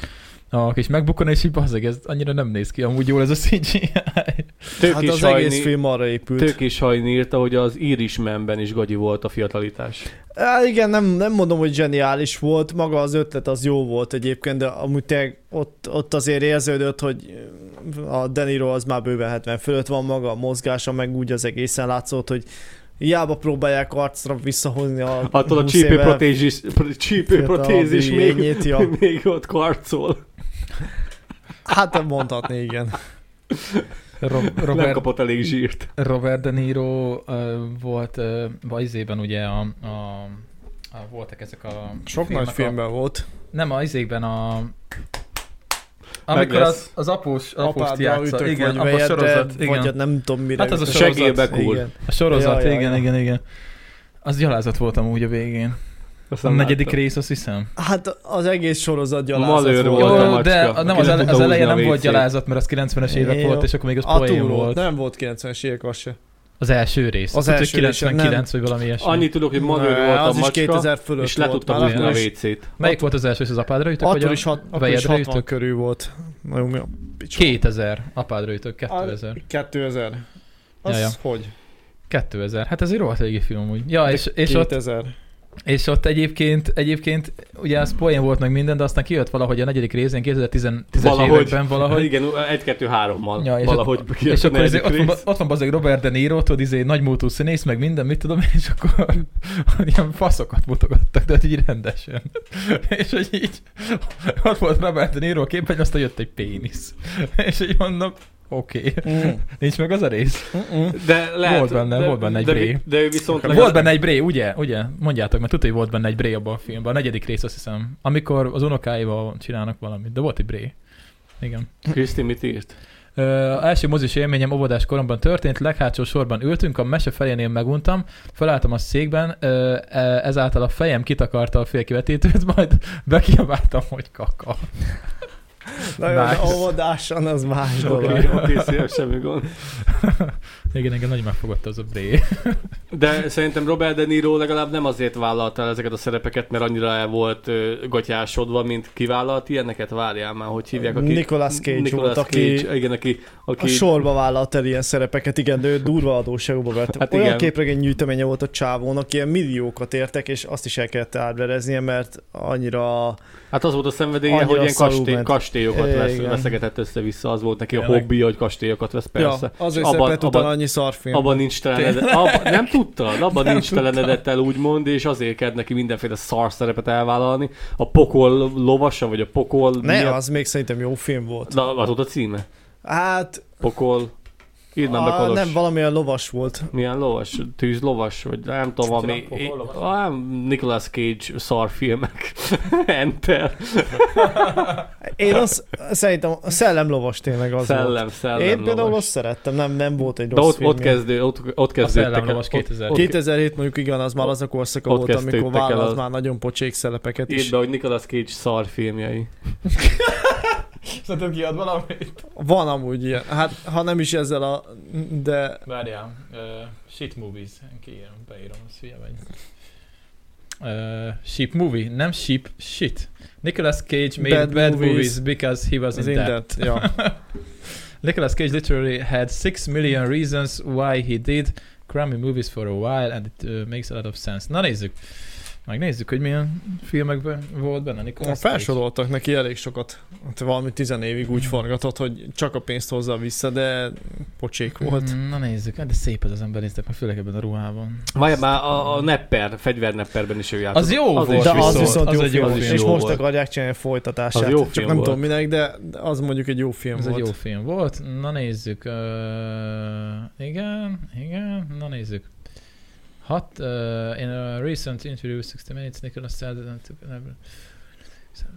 a kis megbukon, és így bazeg, ez annyira nem néz ki amúgy jól ez a CGI.
Hát
Tőkés
az egész
Hajni-
film arra épült.
Tőkés Hajni írta, hogy az Irishmanben is gagyi volt a fiatalítás.
Á, igen, nem, nem mondom, hogy zseniális volt, maga az ötlet az jó volt egyébként, de amúgy tényleg ott, ott azért érződött, hogy a Deniro az már bőven 70 fölött van maga a mozgása, meg úgy az egészen látszott, hogy hiába próbálják arcra visszahozni a
Attól a
20
csípő
éve
protézis, pro- csípő
fiatalabb
protézis még,
igényét, ja.
még ott karcol.
Hát mondhatni, igen.
Rob-
Nem
Robert,
kapott elég zsírt.
Robert De Niro ö, volt, ö, vajzében ugye a, a, a, voltak ezek a
Sok
filmek,
nagy filmben volt.
Nem, a izékben a... Amikor
Amikor lesz.
az, az após, apóst
Apáddal
játsza.
ütök,
Igen,
vagy
abba a
vejed, de
sorozat.
Vagy a
Igen.
nem tudom mire.
Hát az a
ütök.
sorozat.
Segélybe kúr.
Igen.
A sorozat,
Ja, ja,
igen,
ja.
igen, igen. Az gyalázat voltam úgy a végén.
Azt
A
nem
negyedik
láttam.
rész, azt hiszem.
Hát az egész sorozat gyalázat
Malőr
Jó,
Volt a
volt.
macska,
de
aki
a- nem, az,
nem
ele, az
tudta húzni
elején
a
nem volt
WC-t.
gyalázat, mert az 90-es évek
Jó.
volt, és akkor még az
A
poén
túrót,
volt.
nem volt 90-es évek az se.
Az első rész. Az
Az
első
első része,
99 vagy valami ilyesmi.
Annyit tudok, hogy Manőr volt a
az is
macska,
2000 fölött
és le
volt.
tudtam
Már
húzni a
akkor is-
WC-t.
Melyik volt az első rész, az apádra ütök? vagy
Akkor
a-
is, hat, akkor is
vejedre
60
ütök?
körül volt. Nagyon mi a picsa.
2000, apádra ütök, 2000.
2000. Az
Ja, ja.
hogy?
2000, hát ez egy rohadt régi film úgy.
Hát
Ja, és, és ott
2000.
És ott egyébként, egyébként ugye az poén volt meg minden, de aztán kijött valahogy a negyedik részén 2010-es
Valahogy.
években valahogy.
Igen, egy-kettő-hárommal.
Ja, és
Valahogy
ott,
kijött
és
a
akkor azért ott,
negyedik
van,
rész.
ott van bazeg Robert De Niro, tudod, izé, nagymúltú színész, meg minden, mit tudom, én, és akkor ilyen faszokat mutogattak, de így rendesen. és hogy így, ott volt Robert De Niro képen, aztán jött egy pénisz. és így mondom, oké, okay. nincs meg az a rész.
De lehet,
Volt benne-
de,
volt benne egy
de,
bré.
de, de ő viszont
Volt benne egy bré, ugye? Ugye? Mondjátok, mert tudja, hogy volt benne egy bré abban a filmben. A negyedik rész azt hiszem. Amikor az unokáival csinálnak valamit. De volt egy bré. Igen.
Kriszti mit írt?
Ö, első mozis élményem óvodás koromban történt, leghátsó sorban ültünk, a mese felénél meguntam, felálltam a székben, ö, e- ezáltal a fejem kitakarta a félkivetítőt, majd bekiabáltam, hogy kaka.
Nagyon
Nice.
óvodásan az más
Oké,
dolog.
Oké.
oké, szia, semmi gond.
Igen, igen, nagyon megfogott az a bré.
De szerintem Robert De Niro legalább nem azért vállalta el ezeket a szerepeket, mert annyira el volt ö, gatyásodva, mint kivállalt. Ilyeneket várjál már, hogy hívják, aki...
Nicolas Cage
Nicolas
volt, aki-
Cage, igen, aki... aki
A sorba vállalt el ilyen szerepeket, igen, de ő durva adósságokba vett.
Hát
Hát Olyan
igen.
képregény gyűjteménye volt a csávónak, ilyen milliókat értek, és azt is el kellett átvereznie, mert annyira
Hát az volt a szenvedélye,
Annyira
hogy ilyen
szarul
kastély,
ment.
kastélyokat
É,
vesz,
igen.
veszegetett össze-vissza. Az volt neki a
Tényleg?
hobbija, hogy kastélyokat vesz, persze.
Ja, azért
Abban-
szerepelt
abban-
utána annyi szarfilm.
Abban nincs telenedett, abban, nem tudtad, abban
Nem
nem nincs telenedett el úgymond, és azért kell neki mindenféle szar szerepet elvállalni. A pokol lovasa, vagy a pokol...
Ne,
miatt-
az még szerintem jó film volt.
Na, az volt a címe.
Hát,
Pokol... Írd már be,
a,
Kolos.
Ah, nem, valamilyen lovas volt.
Milyen lovas? Tűzlovas? Vagy nem tudom,
Tudom,
ami...
pokol lovas.
Ah, Nicolas Cage szarfilmek. Enter.
Én azt szerintem a szellemlovas tényleg az volt.
Szellem, szellem
Én például
lovas.
azt szerettem, nem, nem volt egy
De
rossz
ott,
film.
ott, kezdő, ott, ott
A
kezdődtek el.
szellemlovas
Ott,
2000.
ott,
2007 mondjuk igen, az már az a korszaka
Ott
volt, amikor
kezdődtek el
vállalt
az-
már nagyon pocsék szelepeket
írd
is.
be, hogy Nicolas Cage szarfilmjei.
Szerintem kiad valamit.
Van amúgy ilyen, hát ha nem is ezzel a... de...
Várjál, uh, shit movies, kiírom, beírom, az hülye vagy. Uh, sheep movie, nem sheep, shit. Nicolas Cage made bad,
Bad
bad movies.
movies.
because he was
Az
in debt.
indet, ja.
Nicolas Cage literally had six million reasons why he did crummy movies for a while, and it uh, makes a lot of sense. Na nézzük. Megnézzük, hogy milyen filmekben volt benne Nicolas Cage.
Felsoroltak neki elég sokat. Hát valami tizen évig úgy forgatott, hogy csak a pénzt hozza vissza, de pocsék volt.
Mm, Na nézzük, Hát de szép ez az ember, néztek meg, főleg ebben a ruhában.
Várjál már a, a nepper, fegyvernepperben is ő játszott.
Az jó
Az
volt,
is
De az
viszont-
viszont
az
jó
egy jó
film,
az is
film.
és
jó
most
volt.
akarják csinálni a folytatását.
Az jó
Csak
film
nem
volt.
tudom minek, de de az mondjuk egy jó film
Ez
volt.
egy jó film volt. Na nézzük. Uh, igen, igen, na nézzük. Hat, uh, in a recent interview with 60 Minutes, Nicholas said that took an-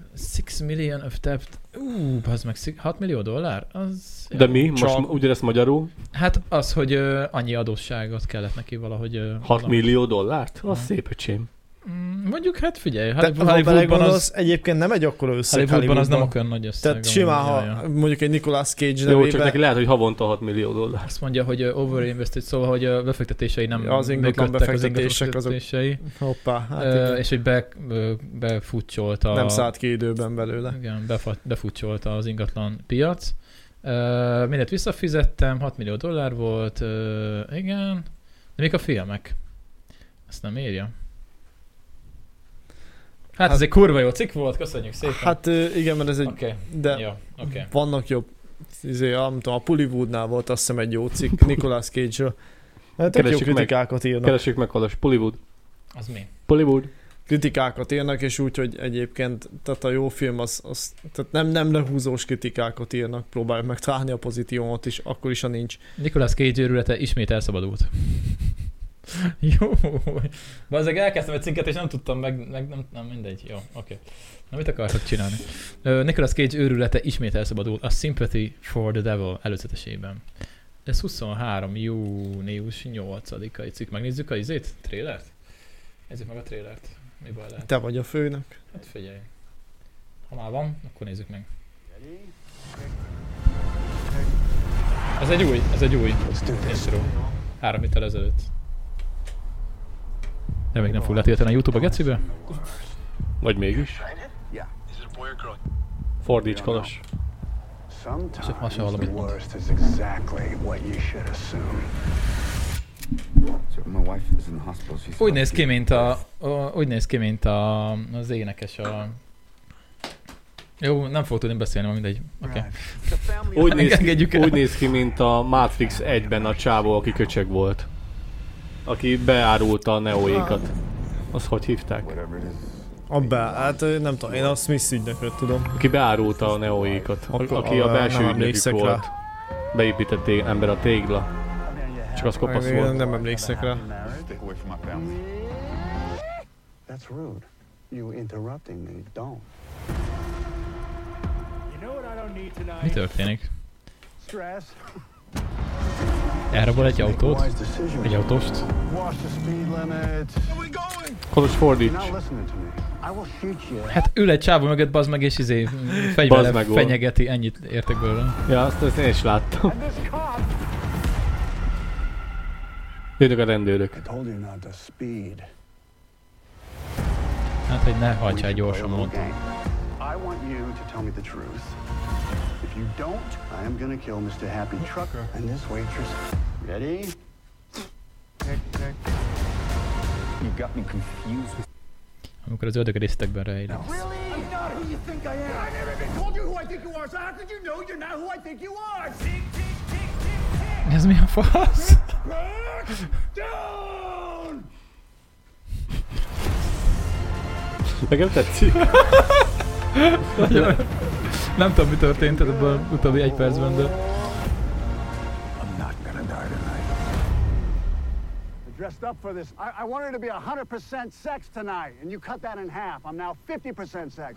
6 million of debt. Ú, az meg szik- 6 millió dollár? Az jó.
De mi? Most
Csak-
Csak... ugyanezt magyarul?
Hát az, hogy ö, annyi adósságot kellett neki valahogy... ö,
6
na-
millió dollárt? Az
Mhm.
szép öcsém.
Mm, Mondjuk, hát figyelj,
De
Hollywood-
ha
Hollywoodban az,
belegondolsz, egyébként nem egy akkora összeg
Hollywoodban az nem
Hollywoodban.
olyan nagy összeg.
Tehát
amúgy,
simán,
ja, ja.
ha mondjuk egy Nicolas Cage
Jó, csak neki
nevében
lehet, hogy havonta 6 millió dollár.
Azt mondja, hogy ö, overinvested, szóval, hogy ö, befektetései nem
Ja, az ingatlan
működtek, az
befektetések azok-
befektetései,
Hoppá, hát
ö,
igen.
és hogy be, ö, befutcsolt a...
nem szállt ki időben belőle.
Igen, befa- befutcsolt az ingatlan piac. Ö, Mindent visszafizettem, 6 millió dollár volt, ö, igen. De mik a filmek? Ezt nem írja. Hát,
Hát-
ez egy kurva jó cikk volt, köszönjük szépen.
Hát ö, igen, mert ez egy...
Oké,
De
jó, oké.
vannak jobb izé, a- nem tudom, a Pullywoodnál volt azt hiszem egy jó cikk Nicolas Cage-ről. Hát tök jó
Keressük meg.
kritikákat írnak.
Keresjük meg, Kalas. Hollywood.
Az mi?
Hollywood.
Kritikákat írnak, és úgy, hogy egyébként tehát a jó film az, az tehát nem, nem lehúzós kritikákat írnak, próbálják meg találni a pozitívumot is, akkor is, ha nincs.
Nicolas Cage őrülete ismét elszabadult. jó. Bazzeg elkezdtem egy cinket, és nem tudtam meg, meg nem, nem mindegy. Jó, oké. Na mit akartok csinálni? Ö, Nicolas Cage őrülete ismét elszabadult a Sympathy for the Devil előzetesében. Ez 23. június 8-ai cikk. Megnézzük a izét? Trélert? Nézzük meg a trélert. Mi baj lehet?
Te vagy a főnök.
Hát figyelj. Ha már van, akkor nézzük meg. Ez egy új, ez egy új intro. Három héttel ezelőtt. De még nem fog letiltani a Youtube a gecibe?
Vagy mégis. Fordíts, Kalas.
más
Sometimes
se hallom,
the
mit mond.
worst is exactly what you should assume.
So my wife is in the hospital. She's
Úgy néz ki, mint a, a úgy néz ki, mint a, az énekes a... Jó, nem fog tudni beszélni, ma mindegy. Oké. Okay.
Úgy néz,
Engedjük
ki,
el.
úgy néz ki, mint a Matrix 1-ben a csávó, aki köcsög volt. Aki beárulta a neóékat. Azt hogy hívták?
Whatever it is.
Abba, hát ö, nem tudom, én a Smith ügynököt tudom.
Aki beárulta a neóékat. A- Aki a
Ö,
belső
nem
ügynökük
emlékszek
volt.
rá.
Beépített té- ember a tégla. Csak az kopasz
Én
volt.
nem emlékszek rá.
Stay away from my family.
That's rude. You interrupting me. Don't.
Mi történik?
Stress.
Elrabol egy autót?
Wise decisions.
Egy autóst?
Watch the speed limit.
Kolos
You're
fordíts.
not listening to me. I will shoot you.
Hát ül egy csávó mögött, bazd meg, és izé fegyverre
Bazd meg, ó.
fenyegeti, ennyit értek belőle.
Ja, azt, azt én is láttam.
This cop.
Jönnek a rendőrök.
I told you not to speed.
Hát, hogy ne
We
hagyja egy
should play a
gyorsan
little
mondta.
game. I want you to tell me the truth. If you don't, I am gonna kill Mr. Happy Trucker and this waitress. Ready?
You got me confused.
Amikor az ördög a részletekben rejlik.
I'm not who you think I am. I've never been told you who I think you are, so how could you know you're not who I think you are? Tick, tick, tick, tick, tick.
Ez mi a fasz?
Back down!
Nekem tetszik.
Nem tudom, mi történt ebből a utóbbi egy percben, de...
I'm not gonna die tonight. I dressed up for this. I, I wanted to be 100% sex tonight, and you cut that in half. I'm now 50% sex.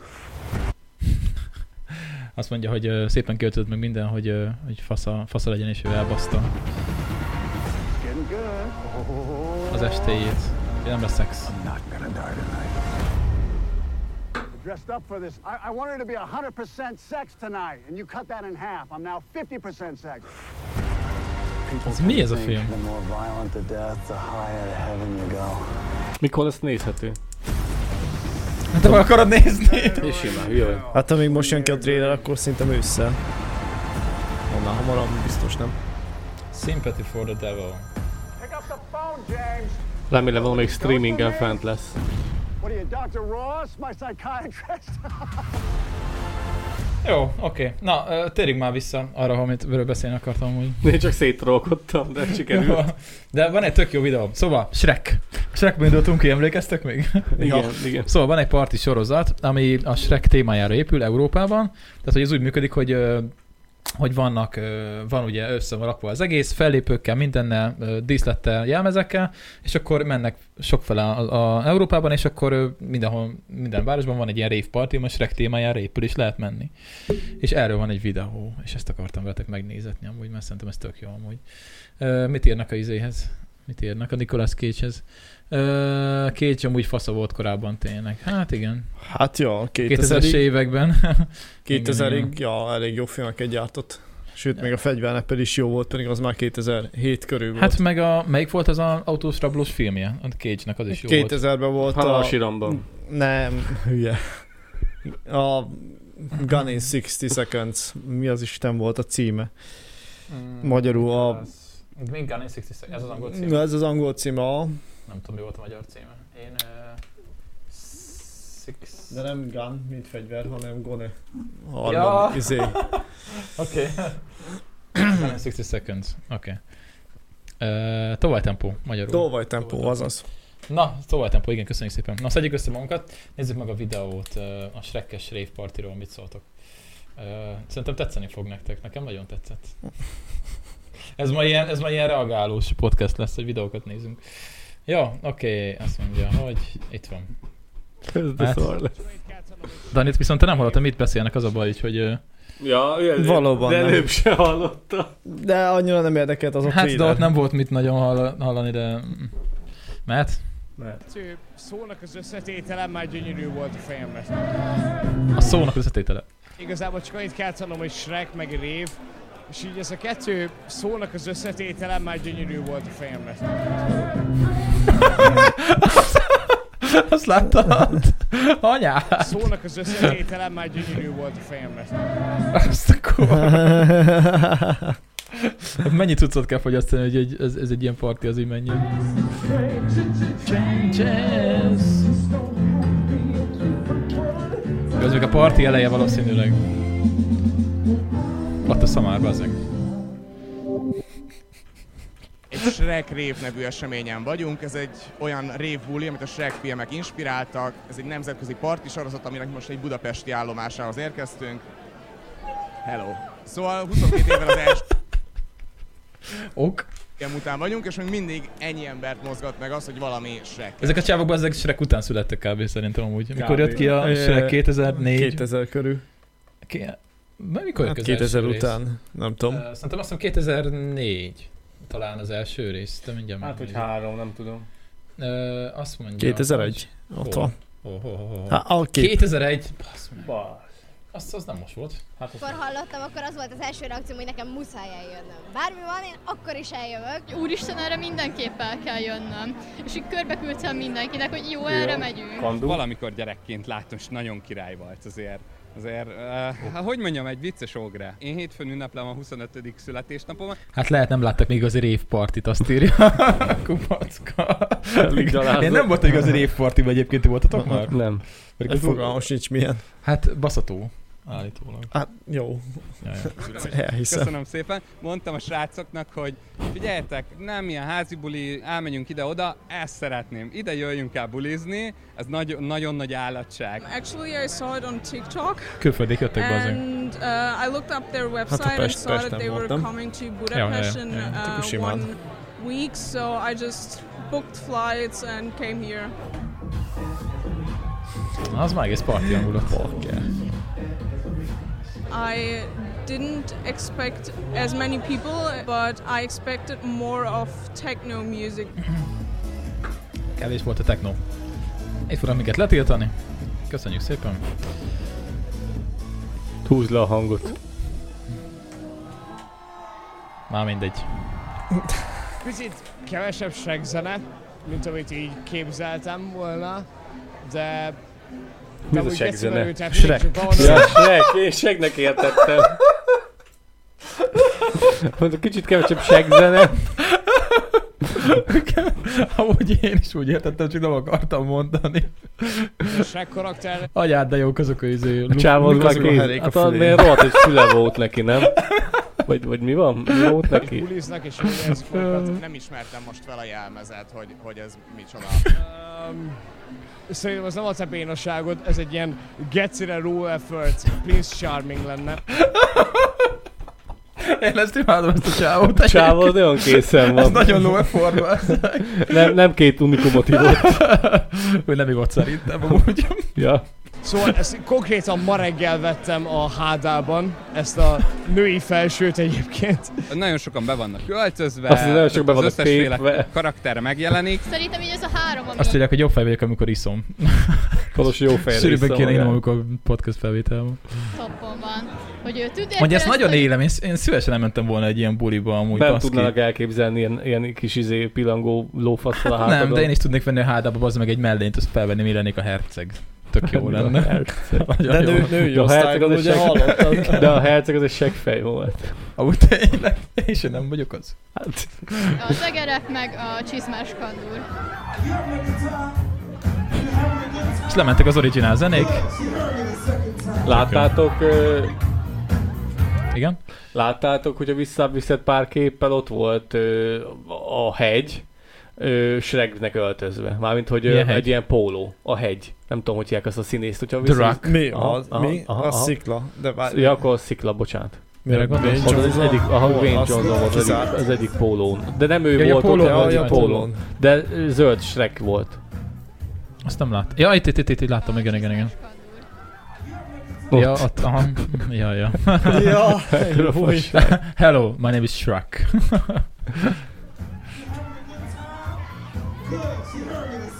Azt mondja, hogy ö, szépen költött meg minden, hogy, ö, hogy fasza, fasza legyen, és ő elbaszta
Getting good.
az estéjét. Nem lesz szex.
Oh. Not gonna die tonight. I dressed up for this. I, I wanted to be 100% sex tonight, and you cut that in half. I'm now 50% sex.
Ez mi ez a film?
The more violent the death, the higher to heaven you go.
Mikor lesz nézhető?
Nem tudom, Hát, akarod nézni?
És simán, hülye vagy.
Hát ha még most jön ki a trailer, akkor szerintem ősszel. Annál hamarabb biztos nem.
Sympathy for the devil.
Pick up the phone, James.
Remélem valamelyik streamingen fent lesz.
What are you, Dr. Ross, my psychiatrist?
Jó, oké. Okay. Na, ö, térjünk már vissza arra, amit amiről beszélni akartam, hogy...
Én csak szétrolkodtam, de sikerült.
De van egy tök jó videó. Szóval, Shrek. Shrekben indultunk ki, emlékeztek még?
igen, igen.
Szóval van egy parti sorozat, ami a Shrek témájára épül Európában. Tehát, hogy ez úgy működik, hogy ö, hogy vannak, ö, van ugye össze van rakva az egész, fellépőkkel, mindennel, ö, díszlettel, jelmezekkel, és akkor mennek sokfele a, a Európában, és akkor ö, mindenhol, minden városban van egy ilyen rave party, most Shrek témájára épül, és lehet menni. És erről van egy videó, és ezt akartam veletek megnézetni amúgy, mert szerintem ez tök jó amúgy. Ö, mit írnak a izéhez? Mit írnak a Nicolas Cage-hez? Ö, Cage amúgy fasza volt korábban tényleg. Hát igen,
Hát ja,
2000-es
2000-ig,
években.
2000-ig ja, elég jó filmeket gyártott. Sőt, még a fegyvernepel is jó volt, pedig az már 2007 körül volt.
Hát meg a, melyik volt az a autós rablós filmje? A Cage-nek az is jó volt.
2000-ben volt a...
Siramban.
Nem, hülye. A Gun in 60 Seconds. Mi az Isten volt a címe?
Mm,
Magyarul a...
Green Gun in 60 ez az angol cím.
Ez az angol címe a...
Nem tudom, mi volt a magyar címe. Én... Uh, six...
De nem gun, mint fegyver, hanem gone. Harmad,
Ja.
ja. izé.
Oké. Gun in 60 seconds. Oké. Okay. Uh, tovább tempó, magyarul.
Tolvaj tempó, azaz.
Na, tovább tempó, igen, köszönjük szépen. Na, szedjük össze magunkat, nézzük meg a videót ö, a Shrekkes Rave Partiról, mit szóltok. Ö, Szerintem tetszeni fog nektek, nekem nagyon tetszett. Ez ma ilyen, ez ma ilyen reagálós podcast lesz, hogy videókat nézünk. Ja, oké, okay, azt mondja, hogy itt van.
Ez de
Hát.
szar lesz.
Danit viszont te nem hallottam, mit beszélnek, az a baj, hogy ö,
Ja, ez,
Valóban
De
nem.
előbb se hallotta.
De annyira nem érdekelt az a
hát de
trailer.
ott nem volt mit nagyon hall- hallani, de... Mert?
kettő szónak az összetétele már gyönyörű volt a fejemben.
A szónak az összetétele.
Igazából csak annyit kell tanulnom, hogy Shrek meg Rév, és így ez a kettő szónak az összetétele már gyönyörű volt a fejemben.
Azt láttad? Anyád!
Szónak az összetétele már gyönyörű volt a fejemben.
Azt a kurva. Hát Mennyi cuccot kell fogyasztani, hogy egy, ez, ez egy ilyen parti az így mennyi? Ez még a parti eleje valószínűleg. Ott a szamár, bazzeg.
Egy Shrek Rév nevű eseményen vagyunk, ez egy olyan Rév buli, amit a Shrek filmek inspiráltak, ez egy nemzetközi parti sorozat, aminek most egy budapesti állomásához érkeztünk. Hello. Szóval 22 évvel az első
Ok.
film után vagyunk, és még mindig ennyi embert mozgat meg az, hogy valami Shrek.
Ezek a csávok ezek Shrek után születtek kb. szerintem amúgy. Mikor
Kb.
jött ki a
Ö,
Shrek 2004?
2000 körül.
Ki- Na, mikor jött
Hát
ki az
2000
első rész?
után. Nem
Ö,
tudom.
Szerintem azt hiszem 2004 talán az első rész, de mindjárt
Hát, hogy
megnézem.
három, nem tudom.
Ö, azt mondja,
2001? Ott
Hol?
van.
Oh, oh, oh, oh.
Hát, a két.
2001? Basz meg.
Bár.
Azt az nem most volt.
Hát, az
Amikor hallottam, akkor az volt az első reakcióm, hogy nekem muszáj eljönnöm. Bármi van, én akkor is eljövök.
Úristen, erre mindenképp el kell jönnöm. És így körbe küldtem mindenkinek, hogy jó, erre megyünk.
Kandu.
Valamikor gyerekként láttam, és nagyon király volt azért. Azért, uh, hogy mondjam, egy vicces ogre. Én hétfőn ünneplem a 25. születésnapomat,
Hát lehet nem láttak még igazi révpartit, azt írja Kupacka.
Elég gyalázott.
Én nem voltam igazi révpartiba egyébként, ti voltatok már?
Nem.
Pedig az-
Fogalmam sincs milyen.
Hát baszató. Állítólag.
Hát jó,
Jaj,
elhiszem.
Köszönöm szépen. Mondtam a srácoknak, hogy figyeljetek, nem ilyen házi buli, elmegyünk ide-oda, ezt szeretném. Ide jöjjünk el bulizni, ez nagy, nagyon nagy állatság.
Actually, I saw it on TikTok,
Külföldik jöttek bazeg.
and uh, I looked up their website
Hát
and
a Pest,
saw that
Pesten
they were
voltam.
coming to Budapest
ja,
in
ja.
uh,
Fukushima-t.
one week, so I just booked flights and came here.
Na, az már egész parti hangulat.
I didn't expect as many people, but I expected more of techno music.
Kevés volt a techno. Itt fogom minket letiltani. Köszönjük szépen.
Húzd le a hangot.
Már mindegy.
Picit kevesebb Shrek zene, mint amit így képzeltem volna, de...
Mi
de
ez a
úgy
Shrek
eszembe
zene?
jut, hát
Shrek.
mindig csak valami-
Ja, Shrek, én Shreknek értettem. Mondom, kicsit kevesebb Shrek zene.
Amúgy én is úgy értettem, csak nem akartam mondani.
A Shrek karakter...
Agyád, de jó, azok a izé.
A
Lu-
csávónak
Lucas Graham.
a Hát az miért rohadt egy füle volt neki, nem? Vagy, vagy mi van? Mi volt neki?
Buliznak és hát
Nem ismertem most fel a jelmezet, hogy, hogy ez micsoda.
Um, szerintem az nem adsz a bénosságot, ez egy ilyen gecire raw effort, Prince Charming lenne.
Én ezt imádom, ezt a csávót.
A csávó az nagyon készen van.
Ez nagyon low effort volt.
Nem, nem két unikumot hívott.
Ő nem igaz szerintem, amúgy.
Ja.
Szóval ezt konkrétan ma reggel vettem a hádában, ezt a női felsőt egyébként.
Nagyon sokan be vannak költözve,
Azt hiszem, nagyon sok be
az
vannak
összesféle
tépve.
karakter megjelenik.
Szerintem így ez a három, ami...
Azt írják, hogy jobb fej vagyok, amikor iszom.
Kolos jó fejre
Sűrűbben
iszom
kéne
magát.
innom, amikor podcast felvétel van.
toppon van. Hogy ő tündér
Mondja, ezt nagyon élem, én, én szívesen nem mentem volna egy ilyen buliba amúgy.
nem
baszki.
tudnának elképzelni ilyen, ilyen kis izé pillangó lófasszal a hátadon.
Nem, de én is tudnék venni a hádába, bazd meg egy mellényt, azt felvenni, mi lennék a herceg. Tök jó
Lenni a
lenne.
herceg.
Nagyon
De
jó.
nő, női
Hát, De a herceg
osztályban
hát az
ugye
egy seg...
hallottad.
De a herceg az egy seggfej volt.
Amúgy tényleg, és én nem vagyok az.
Hát,
A zegerek meg a csizmás kandúr.
És lementek az originál zenék.
láttátok, ö,
Igen.
láttátok, hogyha visszaviszed pár képpel, ott volt ö, a hegy, ö, Shreknek öltözve. Mármint, hogy ö,
Milyen hegy?
egy ilyen póló, a hegy. Nem tudom, hogy hívják azt a színészt, hogyha
The
vissza...
Rock.
Mi
Aha,
az?
aha,
Mi?
aha,
A
aha.
szikla. De várj.
Ja, akkor a szikla, bocsánat.
Mire gondolsz?
Dwayne
Az, az
Johnson?
egyik, aha,
Hol?
Dwayne
Azt
Johnson volt az egyik,
kizárt.
az egyik pólón. De nem ő
Ja, ja,
volt
pólón
ott, hanem
volt,
egy
ja,
pólón. De ö, zöld Shrek volt.
Azt nem lát. Ja, itt, itt, itt, itt, itt láttam, igen, igen, igen.
Ott.
Ja, ott, aha. Ja, ja.
Ja,
Fúj.
Hello, my name is Shrek.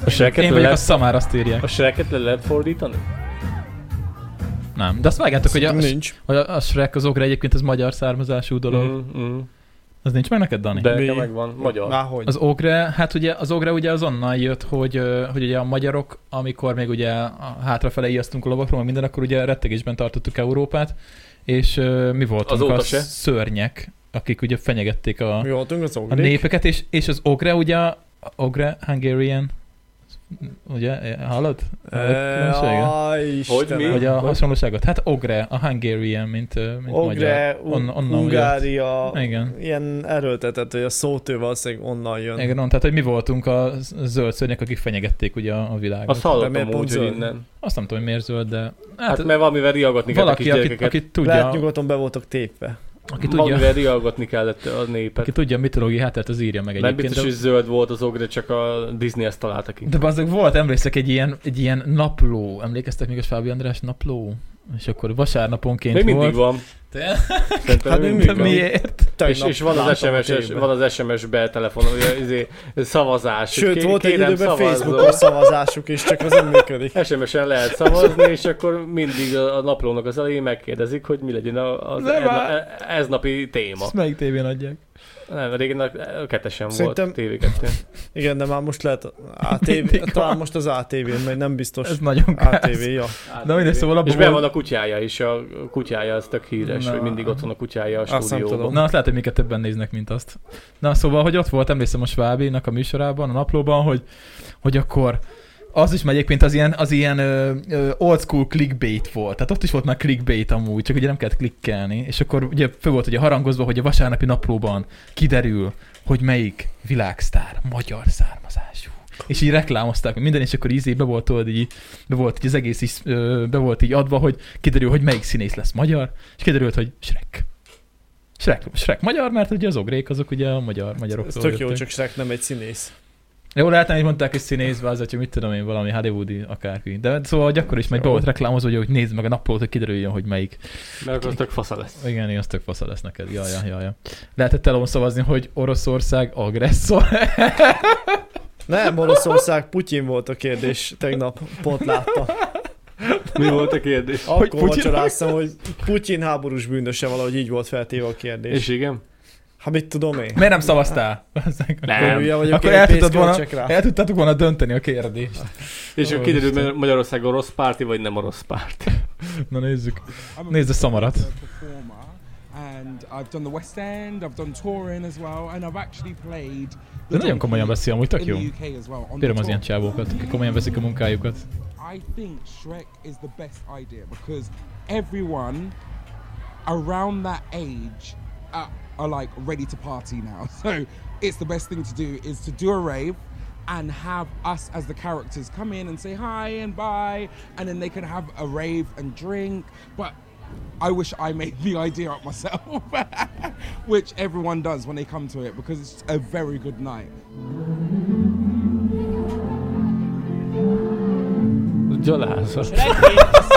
A
Én
Shreket le
vagyok a
lehet,
szamár, azt írják.
a Shreket le lehet fordítani?
Nem, de azt vágjátok, hogy a,
nincs.
hogy a, a Shrek az okra egyébként az magyar származású dolog.
Mm, mm.
Mm-hmm. Az nincs meg neked, Dani?
De
Mi?
nekem megvan, magyar.
Máhogy.
Az ogre, hát ugye az ogre ugye azonnal jött, hogy, ö, hogy ugye a magyarok, amikor még ugye a hátrafele ijesztünk a lovakról, meg minden, akkor ugye rettegésben tartottuk Európát, és ö, mi voltunk
Azóta
a
se.
szörnyek, akik ugye fenyegették a,
Mi voltunk az
a
ogrik?
népeket, és, és az ogre ugye, a- ogre Hungarian, ugye, hallod?
E,
Különbséget?
aj, Istenem.
mi?
Vagy a
Hogy?
hasonlóságot? Hát ogre, a Hungarian, mint, ö, mint magyar.
Ogre,
On-
on,
onnan
Hungária,
jött. Igen.
ilyen erőltetett, hogy a szótő valószínűleg onnan jön.
Igen, on, tehát hogy mi voltunk a z- zöld szörnyek, akik fenyegették ugye a a világot.
Azt
De miért
hallottam
pont
úgy, hogy
zöld?
innen.
Azt nem tudom, hogy miért zöld, de hát,
Hát mert valamivel riagatni kellett a
valaki,
kis
aki,
gyerekeket.
aki, tudja,
Lehet nyugaton be voltak tépve.
aki tudja,
Valamivel riagatni kellett a népet.
aki tudja a mitológiai háttert, az írja meg
Nem
egyébként.
biztos, hogy
de,
zöld volt az ogre, csak a Disney ezt találta ki.
de bazdok, volt, emlékszek, egy ilyen, egy ilyen napló. Emlékeztek még a Fábi András napló? És akkor vasárnaponként
Még mindig
volt.
van.
Te-
Szerintem
Hát
még
még
mindig
De
van.
miért?
És,
Tegnap
és van az
láttam a
SMS-es,
tévben.
van az SMS beltelefon, ugye izé, szavazás. hogy
Sőt,
ké-
volt egy
kérem,
időben
szavazzon.
Facebookon szavazásuk is, csak az nem működik.
SMS-en lehet szavazni, és akkor mindig a a naplónak az elején megkérdezik, hogy mi legyen a- az
Nem
ez,
áll.
na, ez napi téma.
Ezt melyik tévén adják?
Nem, régen a a ketesen
Szerintem-
volt TV2.
Igen, de már most lehet ATV,
Mindig van.
talán most az ATV-n megy, nem biztos.
Ez nagyon
ATV,
káz.
ja.
Na mindegy, szóval abban
És be
volt-
van a kutyája is, a kutyája az tök híres,
Na.
hogy mindig ott van a kutyája a
nem tudom.
stúdióban.
Na, azt lehet, hogy minket többen néznek, mint azt. Na, szóval, hogy ott volt, emlékszem a Svábinak a műsorában, a naplóban, hogy, hogy akkor az is megy egyébként az ilyen, az ilyen ö, ö, old school clickbait volt. Tehát ott is volt már clickbait amúgy, csak ugye nem kellett klikkelni. És akkor ugye fő volt ugye harangozva, hogy a vasárnapi naplóban kiderül, hogy melyik világsztár, magyar származású. És így reklámozták minden, és akkor ízé be volt, tudod, így, be volt így az egész is, ö, be volt így adva, hogy kiderül, hogy melyik színész lesz magyar, és kiderült, hogy Shrek. Shrek, Shrek magyar, mert ugye az ogrék azok ugye a magyar, magyarok. szóval
Ez tök jó, csak Shrek nem egy színész.
Jó, lehet, hogy mondták, hogy színészbe az, hogy mit tudom én, valami hollywoodi akárki. De szóval gyakor is meg be
Jó.
volt reklámozva, hogy, hogy nézd meg a naplót, hogy kiderüljön, hogy melyik.
Mert akkor az tök fasza lesz.
Igen, én azt tök fasza lesz neked. Ja, ja, ja, ja. Lehetett telón szavazni, hogy Oroszország agresszor.
Nem, Oroszország, Putyin volt a kérdés, tegnap pont láttam.
Mi volt a kérdés?
Akkor
Putyin-
Putyin vacsoráztam, hogy Putyin háborús bűnöse valahogy így volt feltéve a kérdés.
És igen?
Hát mit tudom én?
Miért nem szavaztál? Bazzeg.
Nem.
Hülye vagyok,
Akkor
én
el,
pénzt
tudtad volna,
költsek rá.
el tudtátok volna dönteni a kérdést.
És
Ó,
akkor kiderül,
Isten.
hogy Magyarországon rossz párti, vagy nem a rossz párti.
Na nézzük. Nézd a szamarat.
and I've done the West End, I've done touring as well, and I've actually played.
De nagyon
Donkey
komolyan veszi amúgy, tök
in
jó.
the UK as well, on the
Bírom az
tour.
ilyen csávókat, akik komolyan veszik a munkájukat.
I think Shrek is the best idea because everyone around that age are, are like ready to party now. So it's the best thing to do is to do a rave and have us as the characters come in and say hi and bye, and then they can have a rave and drink. But I wish I made the idea up myself, which everyone does when they come to it because it's a very good night.
Gyalázat.
Szerintem